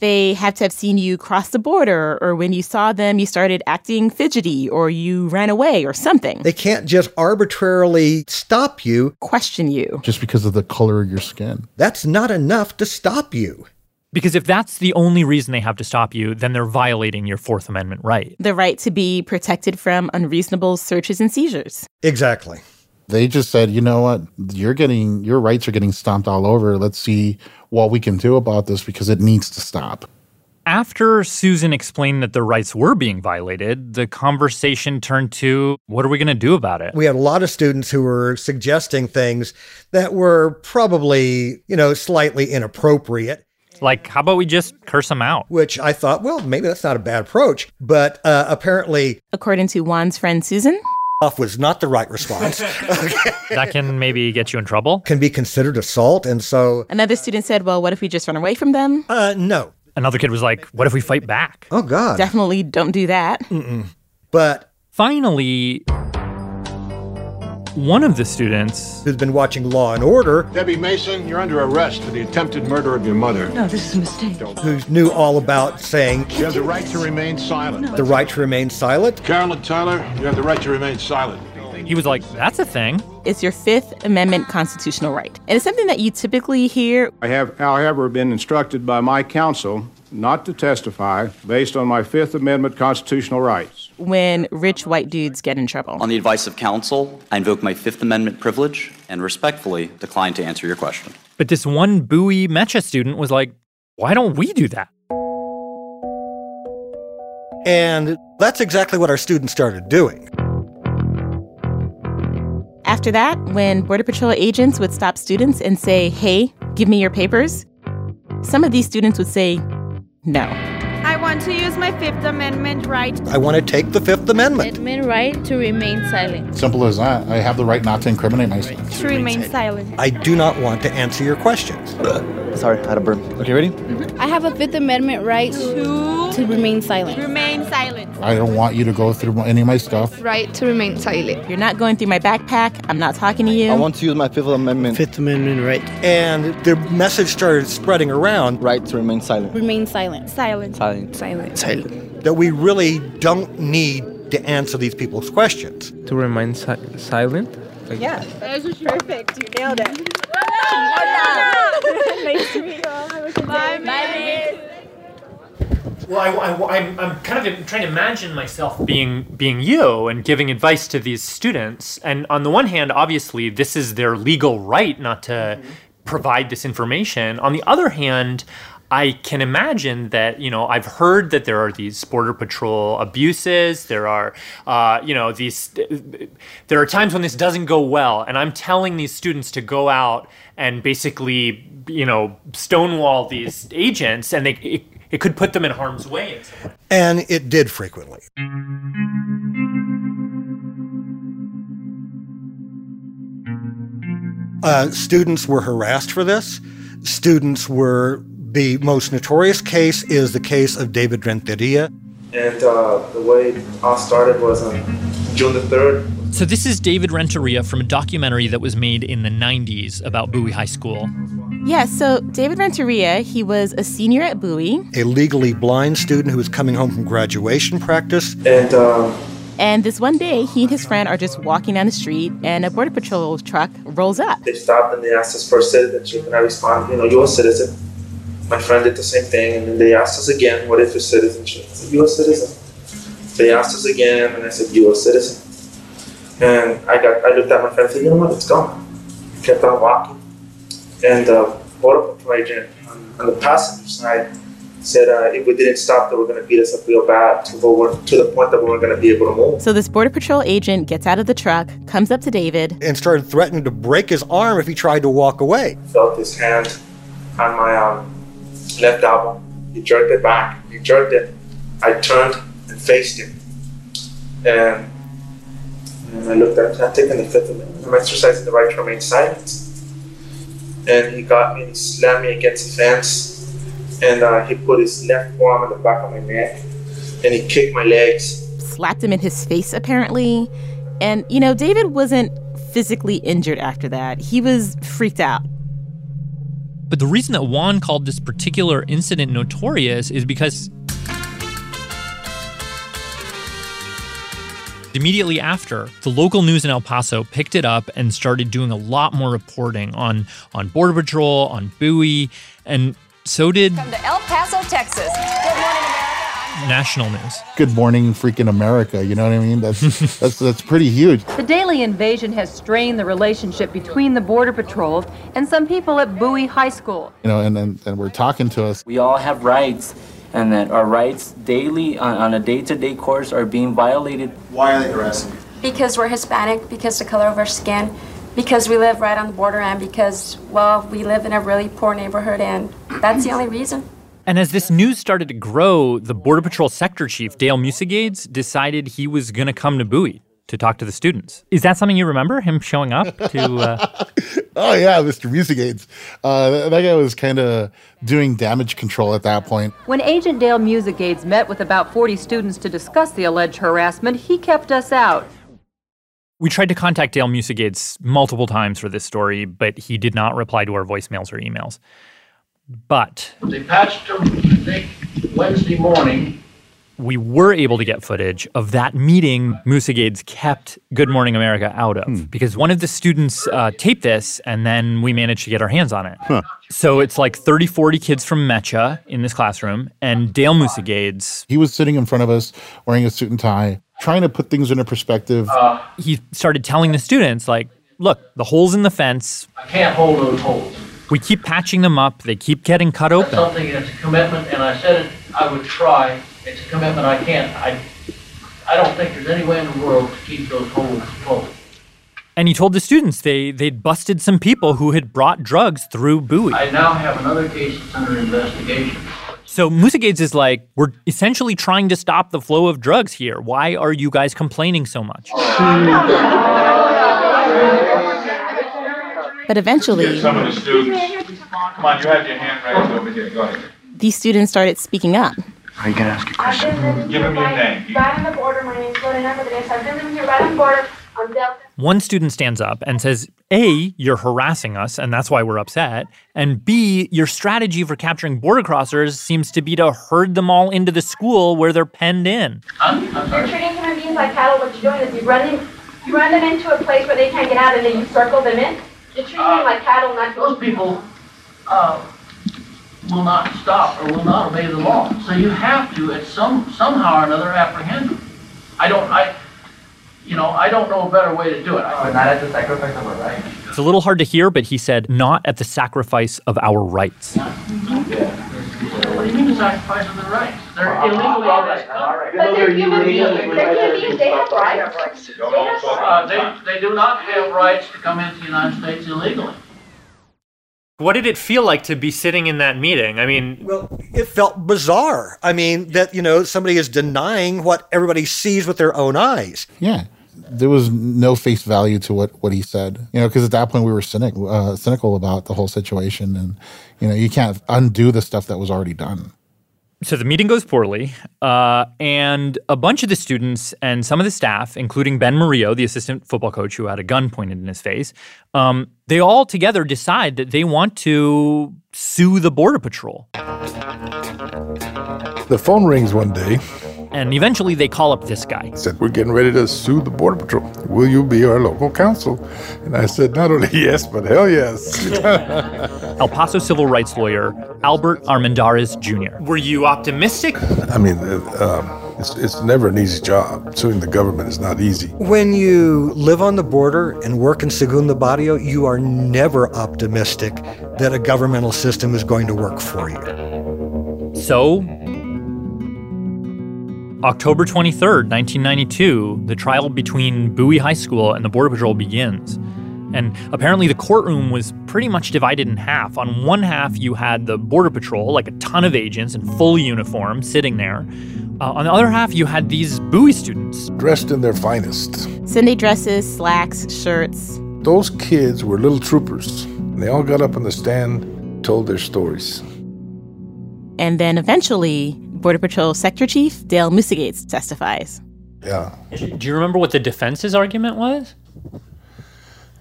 [SPEAKER 16] they have to have seen you cross the border, or when you saw them, you started acting fidgety, or you ran away, or something.
[SPEAKER 20] They can't just arbitrarily stop you,
[SPEAKER 16] question you.
[SPEAKER 25] Just because of the color of your skin.
[SPEAKER 20] That's not enough to stop you.
[SPEAKER 2] Because if that's the only reason they have to stop you, then they're violating your Fourth Amendment right.
[SPEAKER 16] the right to be protected from unreasonable searches and seizures.
[SPEAKER 20] Exactly.
[SPEAKER 25] They just said, you know what, you're getting your rights are getting stomped all over. Let's see what we can do about this because it needs to stop.
[SPEAKER 2] After Susan explained that their rights were being violated, the conversation turned to what are we going to do about it?
[SPEAKER 20] We had a lot of students who were suggesting things that were probably, you know, slightly inappropriate.
[SPEAKER 2] Like, how about we just curse them out?
[SPEAKER 20] Which I thought, well, maybe that's not a bad approach. But uh, apparently,
[SPEAKER 16] According to Juan's friend Susan,
[SPEAKER 20] off was not the right
[SPEAKER 2] [LAUGHS]
[SPEAKER 20] response.
[SPEAKER 2] that can maybe get you in trouble.
[SPEAKER 20] Can be considered assault. And so,
[SPEAKER 16] another student said, Well, what if we just run away from them?
[SPEAKER 20] uh, no.
[SPEAKER 2] Another kid was like, what if we fight back?
[SPEAKER 20] Oh, God.
[SPEAKER 16] Definitely don't do that.
[SPEAKER 20] But
[SPEAKER 2] Finally, one of the students
[SPEAKER 20] who's been watching Law and Order,
[SPEAKER 27] Debbie Mason, you're under arrest for the attempted murder of your mother.
[SPEAKER 28] No, this is a mistake.
[SPEAKER 20] who knew all about saying
[SPEAKER 27] You have the right to remain silent.
[SPEAKER 20] the right to remain silent,
[SPEAKER 27] Carolyn Tyler, you have the right to remain silent.
[SPEAKER 2] He was like, that's a thing.
[SPEAKER 16] It's your Fifth Amendment constitutional right. And it's something that you typically hear
[SPEAKER 27] I have, however, been instructed by my counsel not to testify based on my Fifth Amendment constitutional rights.
[SPEAKER 16] when rich white dudes get in trouble.
[SPEAKER 30] On the advice of counsel, I invoke my Fifth Amendment privilege and respectfully decline to answer your question.
[SPEAKER 2] But this one Bowie Mecha student was like, why don't we do that?
[SPEAKER 20] and that's exactly what our students started doing.
[SPEAKER 16] After that, when Border Patrol agents would stop students and say, hey, give me your papers, some of these students would say, no.
[SPEAKER 26] I want to use my Fifth Amendment right.
[SPEAKER 20] I want to take the Fifth Amendment.
[SPEAKER 26] Amendment right to remain silent.
[SPEAKER 25] Simple as that. I have the right not to incriminate myself.
[SPEAKER 26] To remain silent.
[SPEAKER 20] I do not want to answer your questions.
[SPEAKER 17] Sorry, I had a burn.
[SPEAKER 11] Okay, ready?
[SPEAKER 26] I have a Fifth Amendment right to, to remain silent. Remain silent.
[SPEAKER 25] I don't want you to go through any of my stuff.
[SPEAKER 26] Right to remain silent.
[SPEAKER 16] You're not going through my backpack. I'm not talking to you.
[SPEAKER 17] I want to use my Fifth Amendment. Fifth Amendment right.
[SPEAKER 20] And the message started spreading around.
[SPEAKER 17] Right to remain silent.
[SPEAKER 26] Remain silent. Silent.
[SPEAKER 17] Silent.
[SPEAKER 26] Silent.
[SPEAKER 17] Silent.
[SPEAKER 20] That we really don't need to answer these people's questions.
[SPEAKER 17] To remain si- silent.
[SPEAKER 26] Yeah. That was perfect. You nailed it.
[SPEAKER 28] [LAUGHS] nice to meet you all. Have a good day.
[SPEAKER 2] Well, I, am I'm kind of trying to imagine myself being being you and giving advice to these students. And on the one hand, obviously, this is their legal right not to provide this information. On the other hand, I can imagine that you know I've heard that there are these border patrol abuses. There are uh, you know these there are times when this doesn't go well, and I'm telling these students to go out and basically you know stonewall these agents, and they it, it could put them in harm's way. in some way.
[SPEAKER 20] And it did frequently. Uh, students were harassed for this. Students were the most notorious case is the case of David Renteria.
[SPEAKER 29] And uh, the way all started was on June the 3rd.
[SPEAKER 2] So this is David Renteria from a documentary that was made in the 90s about Bowie High School.
[SPEAKER 16] Yeah, so David Renteria, he was a senior at Bowie,
[SPEAKER 20] A legally blind student who was coming home from graduation practice.
[SPEAKER 29] And uh,
[SPEAKER 16] and this one day he and his friend are just walking down the street and a border patrol truck rolls up.
[SPEAKER 29] they stopped and they asked us for citizenship. And I responded, you know, you're a citizen. My friend did the same thing. And then they asked us again, what is your citizenship? I said, you're a citizen. They asked us again, and I said, you're a citizen. And I got, I looked at my friend and said, you know what, it's gone. I kept on walking. And the border patrol agent on, on the passenger side said, uh, if we didn't stop, they were going to beat us up real bad to, over, to the point that we weren't going to be able to move.
[SPEAKER 16] So this border patrol agent gets out of the truck, comes up to David.
[SPEAKER 20] And started threatening to break his arm if he tried to walk away.
[SPEAKER 29] felt his hand on my um, left elbow. He jerked it back. He jerked it. I turned and faced him. And, and I looked at him. I'm taking the fifth amendment. I'm exercising the right to remain silent. And he got me and he slammed me against the fence. And uh, he put his left arm on the back of my neck. And he kicked my legs.
[SPEAKER 16] slapped him in his face, apparently. And, you know, David wasn't physically injured after that. He was freaked out.
[SPEAKER 2] But the reason that Juan called this particular incident notorious is because immediately after, the local news in El Paso picked it up and started doing a lot more reporting on on Border Patrol, on Bowie, and so did
[SPEAKER 18] Welcome to El Paso, Texas. Good morning, America.
[SPEAKER 2] national news.
[SPEAKER 25] Good morning, freaking America. You know what I mean?
[SPEAKER 2] [LAUGHS]
[SPEAKER 25] That's that's that's pretty huge.
[SPEAKER 18] The daily invasion has strained the relationship between the Border Patrol and some people at Bowie High School.
[SPEAKER 25] You know, and and, and we're talking to us.
[SPEAKER 17] We all have rights, and that our rights daily on, on a day-to-day course are being violated. Why are they harassing you?
[SPEAKER 31] because we're Hispanic, because the color of our skin, because we live right on the border, and because, well, we live in a really poor neighborhood, and that's the only reason.
[SPEAKER 2] And as this news started to grow, the Border Patrol sector chief, Dale Musagades, decided he was going to come to Bowie to talk to the students. Is that something you remember, him showing up to... Uh... [LAUGHS]
[SPEAKER 25] Oh yeah, Mr. Musicades. Uh, that, that guy was kind of doing damage control at that point.
[SPEAKER 18] When Agent Dale Musicades met with about 40 students to discuss the alleged harassment, he kept us out.
[SPEAKER 2] We tried to contact Dale Musagates multiple times for this story, but he did not reply to our voicemails or emails. But
[SPEAKER 3] They patched them, I think, Wednesday morning.
[SPEAKER 2] we were able to get footage of that meeting Musagades kept Good Morning America out of because one of the students uh, taped this and then we managed to get our hands on it. So it's like 30, 40 kids from Mecha in this classroom and Dale Musagades.
[SPEAKER 25] He was sitting in front of us wearing a suit and tie, trying to put things into perspective.
[SPEAKER 2] He started telling the students, like, look, the hole's in the fence.
[SPEAKER 3] I can't hold those holes.
[SPEAKER 2] We keep patching them up. They keep getting cut
[SPEAKER 3] That's
[SPEAKER 2] open.
[SPEAKER 3] something that's a commitment, and I said it, I would try. It's a commitment I can't. I, I don't think there's any way in the world to keep those holes closed.
[SPEAKER 2] And he told the students they, they'd busted some people who had brought drugs through Bowie.
[SPEAKER 3] I now have another case that's under investigation.
[SPEAKER 2] So Musagates is like, we're essentially trying to stop the flow of drugs here. Why are you guys complaining so much?
[SPEAKER 16] But eventually,
[SPEAKER 26] Some of the students. Come on, you have your hand raised over here. Go ahead.
[SPEAKER 16] these students started speaking up.
[SPEAKER 26] Are you going to ask a question? Give him your name.
[SPEAKER 28] Right on the border, my name's Lorena Rodriguez. I've been living here right on the border. I'm Delta.
[SPEAKER 2] One student stands up and says, A, you're harassing us, and that's why we're upset. And B, your strategy for capturing border crossers seems to be to herd them all into the school where they're penned in.
[SPEAKER 28] You're treating human beings like cattle. What you're doing is you run them, you run them into a place where they can't get out, and then you circle them in. You're treating them like cattle, not
[SPEAKER 3] Those people uh, will not stop or will not obey the law. So you have to, at some somehow or another, apprehend them. I don't, I, you know, I don't know a better way to do it. But not at the sacrifice of our right.
[SPEAKER 2] It's a little hard to hear, but he said, not at the sacrifice of our rights.
[SPEAKER 3] What do you mean sacrifice of their rights? They're illegally in this country.
[SPEAKER 28] But they're human beings. They're human beings. They have rights.
[SPEAKER 3] Uh, they, they do not have rights to come into the United States illegally.
[SPEAKER 35] What did it feel like to be sitting in that meeting? I mean,
[SPEAKER 20] well, it felt bizarre. I mean, that, you know, somebody is denying what everybody sees with their own eyes.
[SPEAKER 25] Yeah. There was no face value to what, what he said, you know, because at that point we were cynic, uh, cynical about the whole situation. And, you know, you can't undo the stuff that was already done.
[SPEAKER 2] So the meeting goes poorly, uh, and a bunch of the students and some of the staff, including Ben Murillo, the assistant football coach who had a gun pointed in his face, um, they all together decide that they want to sue the Border Patrol.
[SPEAKER 36] The phone rings one day.
[SPEAKER 2] And eventually they call up
[SPEAKER 36] [LAUGHS]
[SPEAKER 2] this guy.
[SPEAKER 36] Said, We're getting ready to sue the Border Patrol. Will you be our local counsel? And I said, Not only [LAUGHS] yes, but hell yes.
[SPEAKER 2] El Paso civil rights lawyer Albert Armendariz Jr.
[SPEAKER 35] were you optimistic?
[SPEAKER 36] I mean, uh, um, it's, it's never an easy job. Suing the government is not easy.
[SPEAKER 20] When you live on the border and work in Segundo Barrio, you are never optimistic that a governmental system is going to work for you.
[SPEAKER 2] So, October 23rd, 1992, the trial between Bowie High School and the Border Patrol begins. And apparently, the courtroom was pretty much divided in half. On one half, you had the Border Patrol, like a ton of agents in full uniform, sitting there. Uh, on the other half, you had these Bowie students.
[SPEAKER 36] Dressed in their finest.
[SPEAKER 16] Sunday dresses, slacks, shirts.
[SPEAKER 36] Those kids were little troopers. They all got up on the stand, told their stories.
[SPEAKER 16] And then eventually, Border Patrol Sector Chief Dale Musagates testifies.
[SPEAKER 36] Yeah.
[SPEAKER 35] Do you remember what the defense's argument was?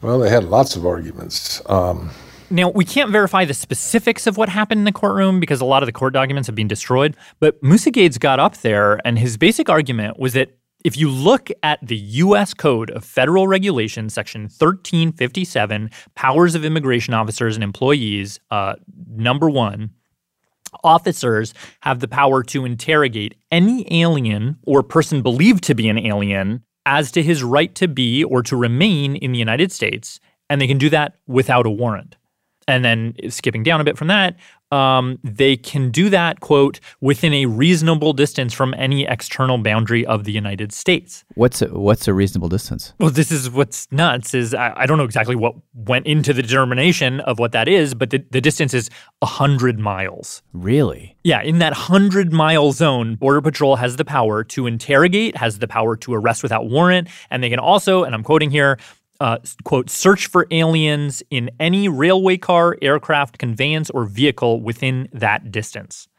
[SPEAKER 36] Well, they had lots of arguments. Um,
[SPEAKER 2] Now, we can't verify the specifics of what happened in the courtroom because a lot of the court documents have been destroyed, but Musagades got up there and his basic argument was that if you look at the U.S. Code of Federal Regulations, Section 1357, Powers of Immigration Officers and Employees, uh, number one, officers have the power to interrogate any alien or person believed to be an alien as to his right to be or to remain in the United States, and they can do that without a warrant. And then skipping down a bit from that, um, they can do that, quote, within a reasonable distance from any external boundary of the United States.
[SPEAKER 9] What's a, what's a reasonable distance?
[SPEAKER 2] Well, this is what's nuts is I, I don't know exactly what went into the determination of what that is, but the, the distance is 100 miles.
[SPEAKER 9] Really?
[SPEAKER 2] Yeah, in that 100 mile zone, Border Patrol has the power to interrogate, has the power to arrest without warrant, and they can also, and I'm quoting here, uh, s- quote, search for aliens in any railway car, aircraft, conveyance, or vehicle within that distance.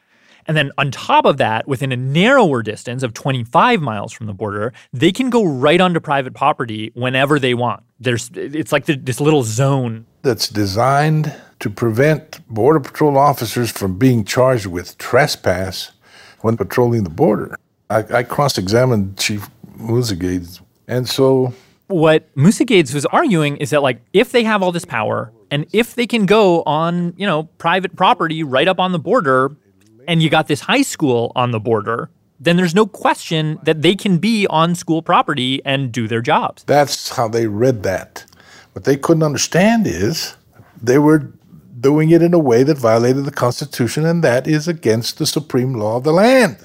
[SPEAKER 2] And then on top of that, within a narrower distance of 25 miles from the border, they can go right onto private property whenever they want. There's, it's like th- this little zone.
[SPEAKER 36] that's designed to prevent Border Patrol officers from being charged with trespass when patrolling the border. I, I cross examined Chief Musagades, and so
[SPEAKER 2] What Musagades was arguing is that like if they have all this power and if they can go on, you know, private property right up on the border, and you got this high school on the border, then there's no question that they can be on school property and do their jobs.
[SPEAKER 36] that's how they read that. What they couldn't understand is they were doing it in a way that violated the Constitution, and that is against the supreme law of the land.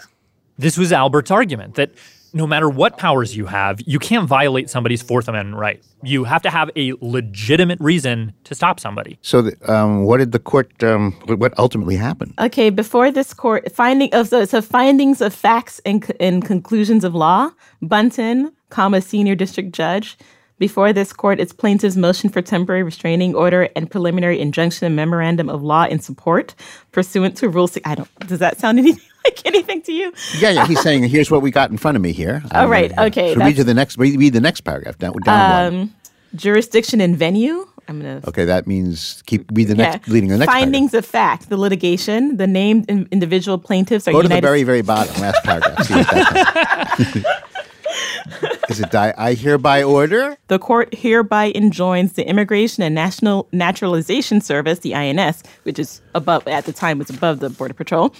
[SPEAKER 2] This was Albert's argument that no matter what powers you have, you can't violate somebody's Fourth Amendment right. You have to have a legitimate reason to stop somebody.
[SPEAKER 21] So, the, um, what did the court? Um, what ultimately happened?
[SPEAKER 16] Okay, before this court, finding of so, so findings of facts and, c- and conclusions of law, Bunton, comma senior district judge. Before this court, it's plaintiff's motion for temporary restraining order and preliminary injunction and memorandum of law in support, pursuant to Rule Six. I don't. Does that sound [LAUGHS] anything like anything to you?
[SPEAKER 21] Yeah, yeah. He's saying, "Here's what we got in front of me here."
[SPEAKER 16] [LAUGHS] All right,
[SPEAKER 21] Um,
[SPEAKER 16] okay,
[SPEAKER 21] So read to
[SPEAKER 16] that's-
[SPEAKER 21] the next. Read, read the next paragraph down, down one.
[SPEAKER 16] Um, jurisdiction and venue. I'm gonna
[SPEAKER 21] Okay, that means keep read the next,
[SPEAKER 16] Yeah.
[SPEAKER 21] leading the next. paragraph.
[SPEAKER 16] Findings of fact, the litigation, the named in- individual plaintiffs are
[SPEAKER 21] Go to
[SPEAKER 16] United
[SPEAKER 21] the very, very bottom, last paragraph. See what
[SPEAKER 16] [LAUGHS]
[SPEAKER 21] that says. [LAUGHS] Is it di- I hereby order?
[SPEAKER 16] The court hereby enjoins the Immigration and National Naturalization Service, the INS, which is above at the time was above the Border Patrol,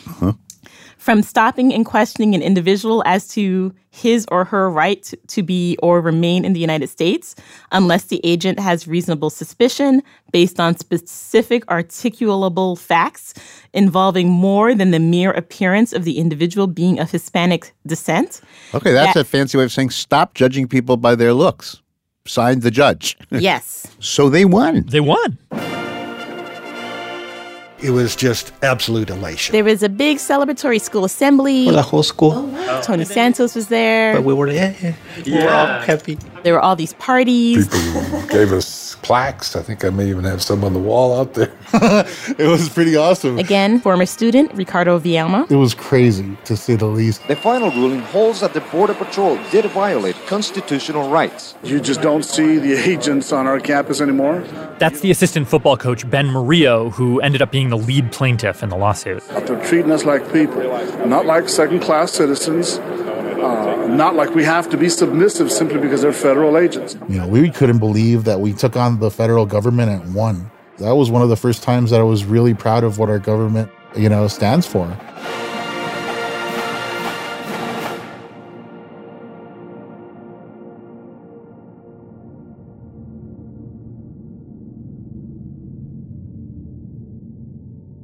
[SPEAKER 16] from stopping and questioning an individual as to his or her right to- to be or remain in the United States unless the agent has reasonable suspicion based on specific articulable facts involving more than the mere appearance of the individual being of Hispanic descent.
[SPEAKER 21] Okay, that's
[SPEAKER 16] That-
[SPEAKER 21] a fancy way of saying stop judging people by their looks. Signed the judge. [LAUGHS]
[SPEAKER 16] Yes.
[SPEAKER 21] so they won.
[SPEAKER 2] They won.
[SPEAKER 20] It was just absolute elation.
[SPEAKER 16] There was a big celebratory school assembly.
[SPEAKER 32] For the whole school.
[SPEAKER 16] Tony Santos was there.
[SPEAKER 32] But we were, "Eh, yeah, yeah. We were all happy.
[SPEAKER 16] There were all these parties.
[SPEAKER 4] Gave us plaques. I think I may even have some on the wall
[SPEAKER 36] [LAUGHS]
[SPEAKER 4] out there.
[SPEAKER 25] it was pretty awesome.
[SPEAKER 16] Again, former student Ricardo Vielma.
[SPEAKER 25] It was crazy, to say the least.
[SPEAKER 34] The final ruling holds that the Border Patrol did violate constitutional rights. You just don't see the agents on our campus anymore?
[SPEAKER 2] That's the assistant football coach, Ben Murillo, who ended up being the lead plaintiff in the lawsuit.
[SPEAKER 34] They're treating us like people, not like second class citizens, uh, not like we have to be submissive simply because they're federal agents.
[SPEAKER 25] You know, we couldn't believe that we took on the federal government and won. That was one of the first times that I was really proud of what our government, you know, stands for.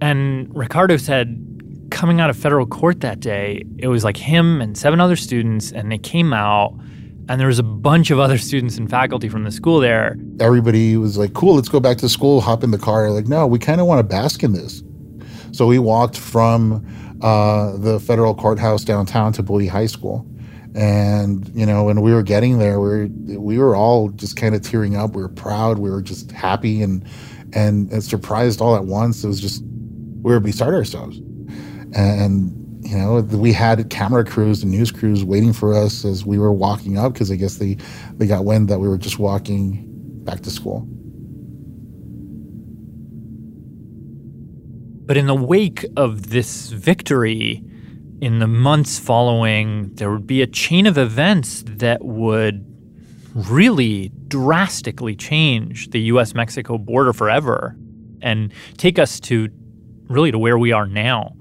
[SPEAKER 2] And Ricardo said, coming out of federal court that day, it was like him and seven other students, and they came out, and there was a bunch of other students and faculty from the school there.
[SPEAKER 25] Everybody was like, cool, let's go back to school, hop in the car. Like, no, we kind of want to bask in this. So we walked from uh, the federal courthouse downtown to Bowie High School. And, you know, when we were getting there, we were, we were all just kind of tearing up. We were proud. We were just happy and, and, and surprised all at once. It was just, we were beside ourselves. And, you know, we had camera crews and news crews waiting for us as we were walking up because I guess they, they got wind that we were just walking back to school.
[SPEAKER 2] But in the wake of this victory, in the months following, there would be a chain of events that would really drastically change the US Mexico border forever and take us to really to where we are now.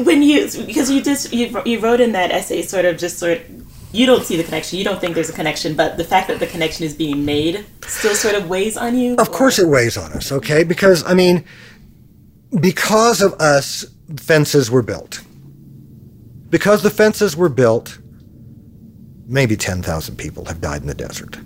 [SPEAKER 16] When you, because you just, you, you wrote in that essay sort of just sort you don't see the connection. You don't think there's a connection, but the fact that the connection is being made still sort of weighs on you.
[SPEAKER 20] Of course, it weighs on us, okay? Because, I mean, because of us, fences were built. Because the fences were built, maybe 10,000 people have died in the desert.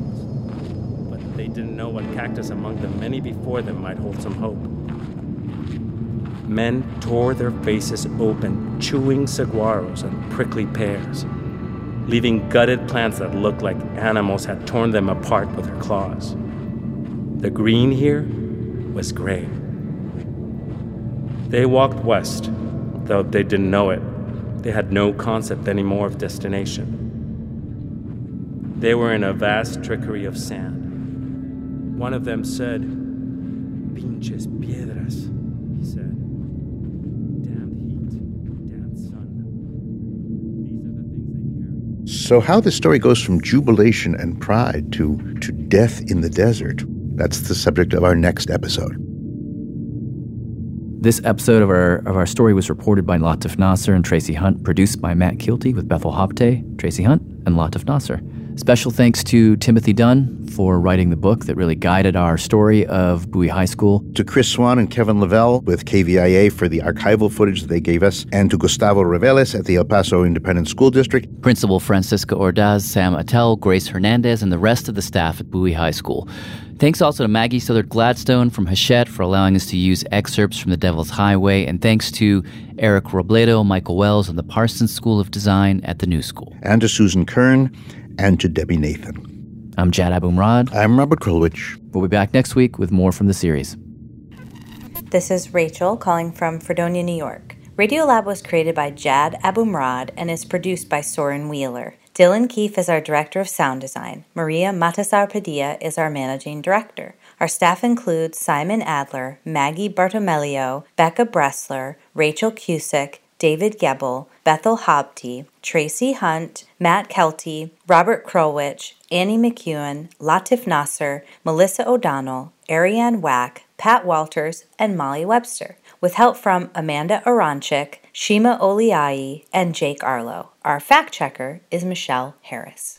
[SPEAKER 1] but they didn't know what cactus among the many before them might hold some hope. Men tore their faces open, chewing saguaros and prickly pears, leaving gutted plants that looked like animals had torn them apart with their claws. The green here was gray. They walked west, though they didn't know it. They had no concept anymore of destination. They were in a vast trickery of sand. One of them said, Pinches piedras, he said. Damned heat, damned sun.
[SPEAKER 21] So, how the story goes from jubilation and pride to, to death in the desert, that's the subject of our next episode.
[SPEAKER 9] This episode of our, of our story was reported by Latif Nasser and Tracy Hunt, produced by Matt Kilty with Bethel Hopte, Tracy Hunt, and Latif Nasser. Special thanks to Timothy Dunn for writing the book that really guided our story of Bowie High School.
[SPEAKER 21] To Chris Swan and Kevin Lavelle with KVIA for the archival footage that they gave us, and to Gustavo Reveles at the El Paso Independent School District.
[SPEAKER 9] Principal Francisca Ordaz, Sam Attell, Grace Hernandez, and the rest of the staff at Bowie High School. Thanks also to Maggie Southard Gladstone from Hachette for allowing us to use excerpts from The Devil's Highway, and thanks to Eric Robledo, Michael Wells, and the Parsons School of Design at the New School.
[SPEAKER 21] And to Susan Kern and to Debbie Nathan.
[SPEAKER 9] I'm Jad Abumrad.
[SPEAKER 21] I'm Robert Krulwich.
[SPEAKER 9] We'll be back next week with more from the series.
[SPEAKER 19] This is Rachel calling from Fredonia, New York. Radiolab was created by Jad Abumrad and is produced by Soren Wheeler. Dylan Keefe is our director of sound design. Maria Matasar Padilla is our managing director. Our staff includes Simon Adler, Maggie Bartomelio, Becca Bressler, Rachel Cusick, David Gebel, Bethel Hobty, Tracy Hunt, Matt Kelty, Robert Krolwich, Annie McEwen, Latif Nasser, Melissa O'Donnell, Ariane Wack, Pat Walters, and Molly Webster, with help from Amanda Aronchik, Shima Oliai, and Jake Arlo. Our fact checker is Michelle Harris.